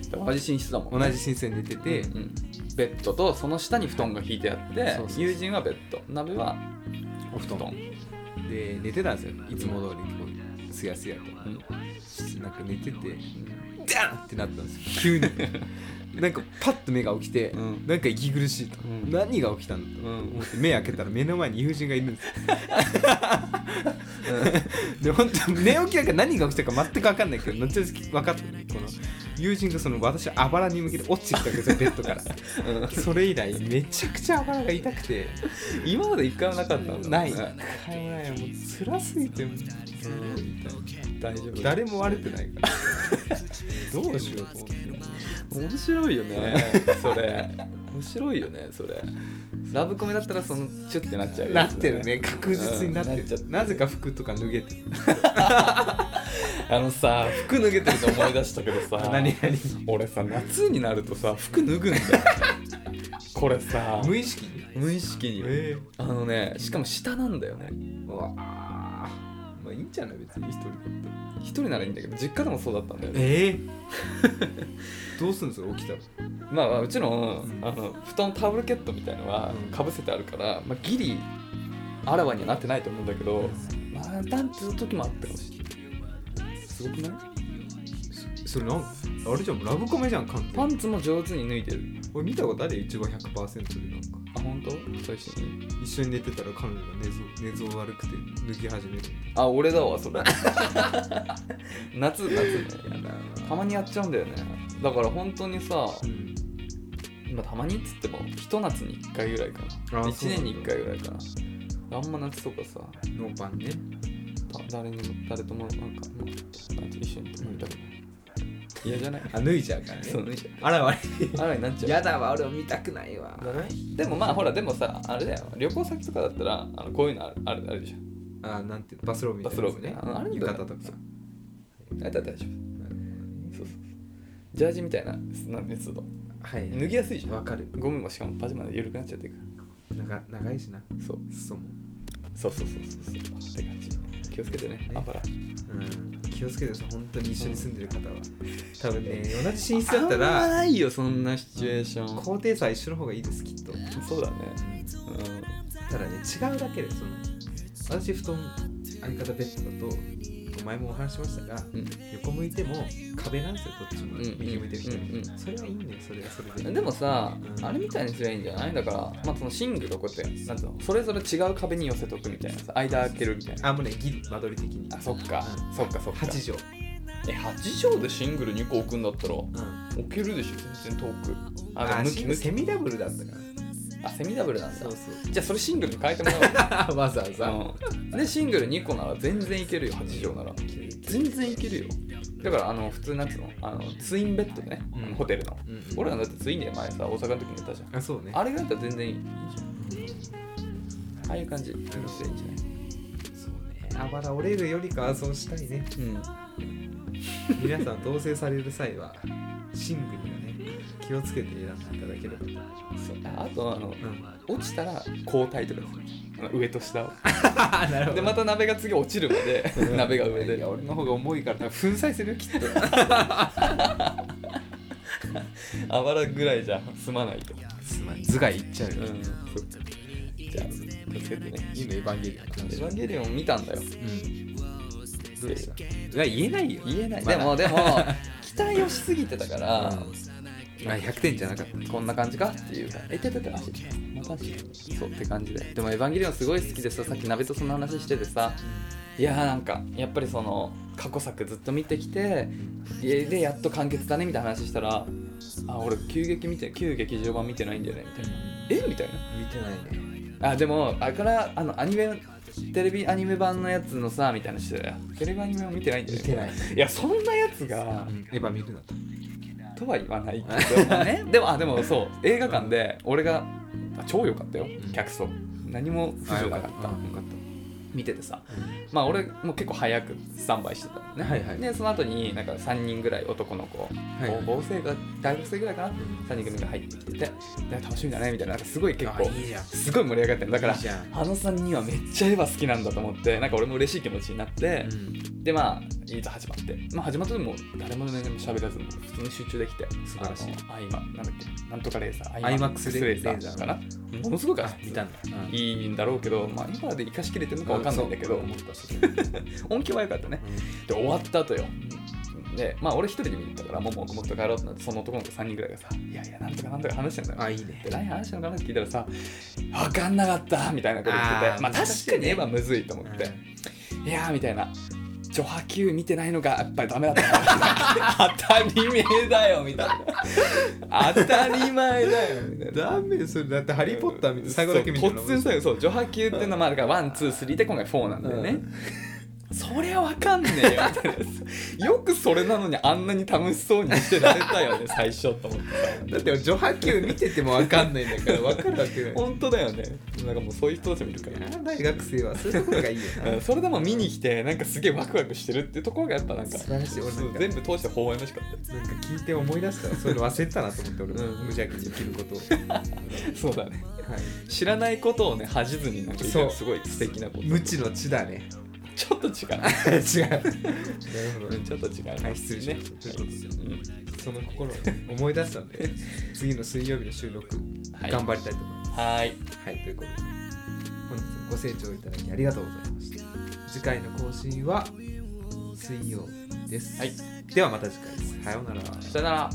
Speaker 1: よ
Speaker 2: うん。同じ寝室だもんね。
Speaker 1: 同じ寝室に寝てて、
Speaker 2: うんベッドとその下に布団が引いてあって
Speaker 1: そうそうそう
Speaker 2: 友人はベッド鍋は
Speaker 1: お布
Speaker 2: 布
Speaker 1: 団
Speaker 2: 団、
Speaker 1: で寝てたんですよいつも通りこうすやすやと
Speaker 2: うん
Speaker 1: なんか寝ててダンってなったんですよ急に
Speaker 2: <laughs>
Speaker 1: なんかパッと目が起きて、
Speaker 2: うん
Speaker 1: なんか息苦しいと、
Speaker 2: うん
Speaker 1: 何が起きたんだと思って目開けたら目の前に友人がいるんですよで本当に寝起きなんか何が起きたか全く分かんないけど後々分かったのこの友人がその私をあばらに向けて落ちてきたわけですよベッドから
Speaker 2: うん
Speaker 1: それ以来めちゃくちゃあばらが痛くて
Speaker 2: 今まで一回もなかったんだ
Speaker 1: ない
Speaker 2: ね
Speaker 1: はいはいもう辛すぎてもう
Speaker 2: 大丈夫
Speaker 1: 誰も悪くないから
Speaker 2: <laughs>
Speaker 1: どうしようと思って
Speaker 2: 面白いよねそれ面白いよねそれラブコメだったらそのチュッてなっちゃうよ
Speaker 1: <laughs> なってるね確実になって
Speaker 2: うんなっちゃ
Speaker 1: る
Speaker 2: ってる
Speaker 1: なぜか服とか脱げてる
Speaker 2: あのさ服脱げてると思い出したけど <laughs> さ
Speaker 1: 何々
Speaker 2: 俺さ夏になるとさ服脱ぐんだよこれさ
Speaker 1: 無意識に
Speaker 2: 無意識に
Speaker 1: え
Speaker 2: あのねしかも下なんだよね
Speaker 1: ー、うわまあいいんじゃない別に一人だったら
Speaker 2: 一人ならいいんだけど実家でもそうだったんだよね
Speaker 1: ええ <laughs> どうすんですか起きたら
Speaker 2: まあまあうちの,、
Speaker 1: うん
Speaker 2: あの布団タオルケットみたいのは
Speaker 1: うん
Speaker 2: かぶせてあるから、まあ、ギリあらわにはなってないと思うんだけどまあなんていう時もあったかもしれないすごくない
Speaker 1: そそれなんあれじゃんラブコメじゃん完
Speaker 2: パ
Speaker 1: 全に
Speaker 2: ンツも上手に脱いでる
Speaker 1: 俺見たことあるよ一番100%でなんか
Speaker 2: あ本当そうし
Speaker 1: 一緒に寝てたら彼女が寝相寝相悪くて脱ぎ始める
Speaker 2: あ俺だわそれ <laughs> 夏夏ね
Speaker 1: だ
Speaker 2: たまにやっちゃうんだよねだから本当にさまあ、たまにっつってもひと夏に1回ぐらいかな
Speaker 1: あ
Speaker 2: 1年に
Speaker 1: そうなん
Speaker 2: 1
Speaker 1: だ
Speaker 2: 回ぐらいかなあんま夏とかさ
Speaker 1: ノーパンね
Speaker 2: た誰にも誰ともなんかもうなんて一緒に泊まりたくない嫌じゃない
Speaker 1: あ脱いじゃうからね
Speaker 2: <laughs> そう脱いじゃ
Speaker 1: あらわれ
Speaker 2: <laughs> うあらになっちゃう
Speaker 1: やだわ俺を見たくないわ
Speaker 2: だねでもまあほらでもさあれだよ旅行先とかだったらあのこういうのあるあるあるでしょ
Speaker 1: あなんていうのバスローブみたいなやつね
Speaker 2: バスローブねああれみ
Speaker 1: 浴
Speaker 2: たいな
Speaker 1: 衣とか
Speaker 2: そうあれだったら大丈夫そうそうそうジャージみたいななんですと
Speaker 1: はい
Speaker 2: 脱ぎやすいじゃん
Speaker 1: わかる
Speaker 2: ゴムもしかもパジャマで緩くなっちゃってるか
Speaker 1: 長長いしな
Speaker 2: らそう
Speaker 1: そう
Speaker 2: そうそうそうそうそうって感じ気をつけてねアンパラ
Speaker 1: うん、気をつけてください本当に一緒に住んでる方は多分ね同じ寝室
Speaker 2: あ
Speaker 1: だった
Speaker 2: んま
Speaker 1: ら
Speaker 2: ないよそんなシチュエーション
Speaker 1: 高低差は一緒の方がいいですきっと、うん
Speaker 2: そうだね
Speaker 1: ただね違うだけでその私布団相方ベッドだと前もお話ししましたが
Speaker 2: うん、
Speaker 1: 横向いても壁なんですよどっちも
Speaker 2: うんうん
Speaker 1: 右向いてる人
Speaker 2: うんうん
Speaker 1: それはいいんだよそれはそれ
Speaker 2: う
Speaker 1: で
Speaker 2: ん、でもさ、
Speaker 1: うん
Speaker 2: あれみたいにすりゃいいんじゃないだから、まあ、その寝具とこうやってなんつうのそれぞれ違う壁に寄せとくみたいなさ間開けるみたいな
Speaker 1: あもうねギリ間取り的に
Speaker 2: あそっか、そっかそっか
Speaker 1: 8
Speaker 2: え8畳でシングル2個置くんだったら
Speaker 1: 畳、うん、
Speaker 2: 置けるでしょ全然遠く
Speaker 1: あ
Speaker 2: あ向き向き
Speaker 1: セミダブルだったか
Speaker 2: あセミダブルな
Speaker 1: ら
Speaker 2: んだ
Speaker 1: そうそう
Speaker 2: じゃあそれシングルに変えてもらおう
Speaker 1: <laughs> あ <laughs> わざわざ、
Speaker 2: うんでシングル2個なら全然いけるよ8畳なら全然いけるよだからあの普通なんつうのあのツインベッドね、
Speaker 1: うん
Speaker 2: ホテルの
Speaker 1: うん
Speaker 2: 俺らだってツインで前さ大阪の時に寝たじゃん
Speaker 1: あそうね
Speaker 2: あれだったら全然いいああいう感じ全然いいんじゃない
Speaker 1: そうねあばら折れるよりかはそうしたいね
Speaker 2: うん
Speaker 1: 皆さん同棲される際はシングルがね気をつけて選んでいただければと、
Speaker 2: そうあとあの
Speaker 1: うん、
Speaker 2: 落ちたら交代とかですねあの上と下を
Speaker 1: あなる
Speaker 2: <laughs> でまた鍋が次落ちるまで鍋が上で
Speaker 1: 俺の方が重いから多分粉砕するよきっと
Speaker 2: <laughs> あばらぐらいじゃ済まないと
Speaker 1: すまん頭蓋いっちゃうよ、
Speaker 2: うんそうじゃあ気をつけてね
Speaker 1: いいのエヴァンゲリオン
Speaker 2: エヴァンゲリオン見たんだよ
Speaker 1: うんどうでしたいや言えないよ
Speaker 2: 言えない、
Speaker 1: まだ
Speaker 2: でもでも期待をしすぎてたから、
Speaker 1: うん、あ100点じゃなかった
Speaker 2: こんな感じかっていうかえててて足また足そうって感じででも「エヴァンゲリオン」すごい好きでささっき鍋とその話しててさいやーなんかやっぱりその過去作ずっと見てきてででやっと完結だねみたいな話したら「あ俺急激見て旧劇場版見てないんだよね」みたいな「えみたいな
Speaker 1: 見てないね
Speaker 2: あでもあれからあのアニメテレビアニメ版のやつのさみたいなしてたよテレビアニメも見てないんだよね
Speaker 1: 見てない
Speaker 2: いやそんなやつが
Speaker 1: エヴァ見るなと
Speaker 2: とは言わない
Speaker 1: <laughs>
Speaker 2: けど、ね、 <laughs> でもあでもそう映画館で俺があ超良かったよ
Speaker 1: ん
Speaker 2: 客層何も不自由なかった
Speaker 1: あよかっ
Speaker 2: 見ててさ
Speaker 1: た、うん
Speaker 2: まあ俺も結構早くスタンバイしてたのね、
Speaker 1: はいはい
Speaker 2: でその後になんか3人ぐらい男の子、
Speaker 1: い
Speaker 2: 高校生が大学生ぐらいかな3人組が入ってきててで楽しみだねみたいななんかすごい結
Speaker 1: あ
Speaker 2: 構
Speaker 1: いいじゃん
Speaker 2: すごい盛り上がってるだから
Speaker 1: いいじゃん
Speaker 2: あの3人はめっちゃエヴァ好きなんだと思ってなんか俺も嬉しい気持ちになって、でまあいざ始まって、まあ、始まっても誰も何も喋らずに普通に集中できて
Speaker 1: 素晴らしい
Speaker 2: あの合間なんだっけなんとかレーザー
Speaker 1: IMAX レーザー
Speaker 2: レーザーかなものすごく
Speaker 1: あ見たんだ、うん
Speaker 2: いいんだろうけど、まあ、今まで生かしきれてるのかわかんないんだけど、
Speaker 1: そう思ったそれ
Speaker 2: 音響は良かったねで終わった後よでまあ俺一人で見に行ったからもうもうもっと帰ろうってなってその男の子3人ぐらいがさ「いやいやなんとかなんとか話してんだよ」
Speaker 1: あいいね
Speaker 2: で何話したのかなって聞いたらさ「分かんなかった」みたいなこと言ってて
Speaker 1: あー
Speaker 2: まあ
Speaker 1: 難
Speaker 2: 確
Speaker 1: しいね
Speaker 2: かにエヴァむずいと思って、いやーみたいな序波球見てないのがやっぱりダメだった当たり前だよみたいな当たり前だよみたいな
Speaker 1: ダメそれだってハリー・ポッター見て最後だけ見て
Speaker 2: そう突然最後そう序波球っていうのはまあだからワンツースリーで今回フォーなんだよね、そりゃわかんねえよみたいなよくそれなのにあんなに楽しそうにしてられたよね最初と思ってさ
Speaker 1: だって序波球見ててもわかんないんだからわかるわけない
Speaker 2: 本当だよねなんかもうそういう人たちもいるから
Speaker 1: 大学生はそういうところがいいよ
Speaker 2: うんそれでも見に来てなんかすげえワクワクしてるってところがやっぱなんか
Speaker 1: 素晴らしい俺なんか
Speaker 2: 全部通して微笑ましかった
Speaker 1: ななんか聞いて思い出したらそういうの忘れてたなと思って俺も
Speaker 2: うん
Speaker 1: 無邪気に生きることを、
Speaker 2: そうだね
Speaker 1: はい、
Speaker 2: 知らないことをね恥じずになんか
Speaker 1: そう
Speaker 2: すごい素敵なこと
Speaker 1: 無知の知だね
Speaker 2: ちょっと違う
Speaker 1: 違うなるほ
Speaker 2: <laughs> うんちょっと違う
Speaker 1: はい失礼しました
Speaker 2: ねはい
Speaker 1: その心を思い出したので次の水曜日の収録
Speaker 2: うんはい
Speaker 1: 頑張りたいと思います
Speaker 2: はい
Speaker 1: はい、ということで本日もご清聴いただきありがとうございました次回の更新は水曜です、
Speaker 2: はい
Speaker 1: ではまた次回さようなら
Speaker 2: さよなら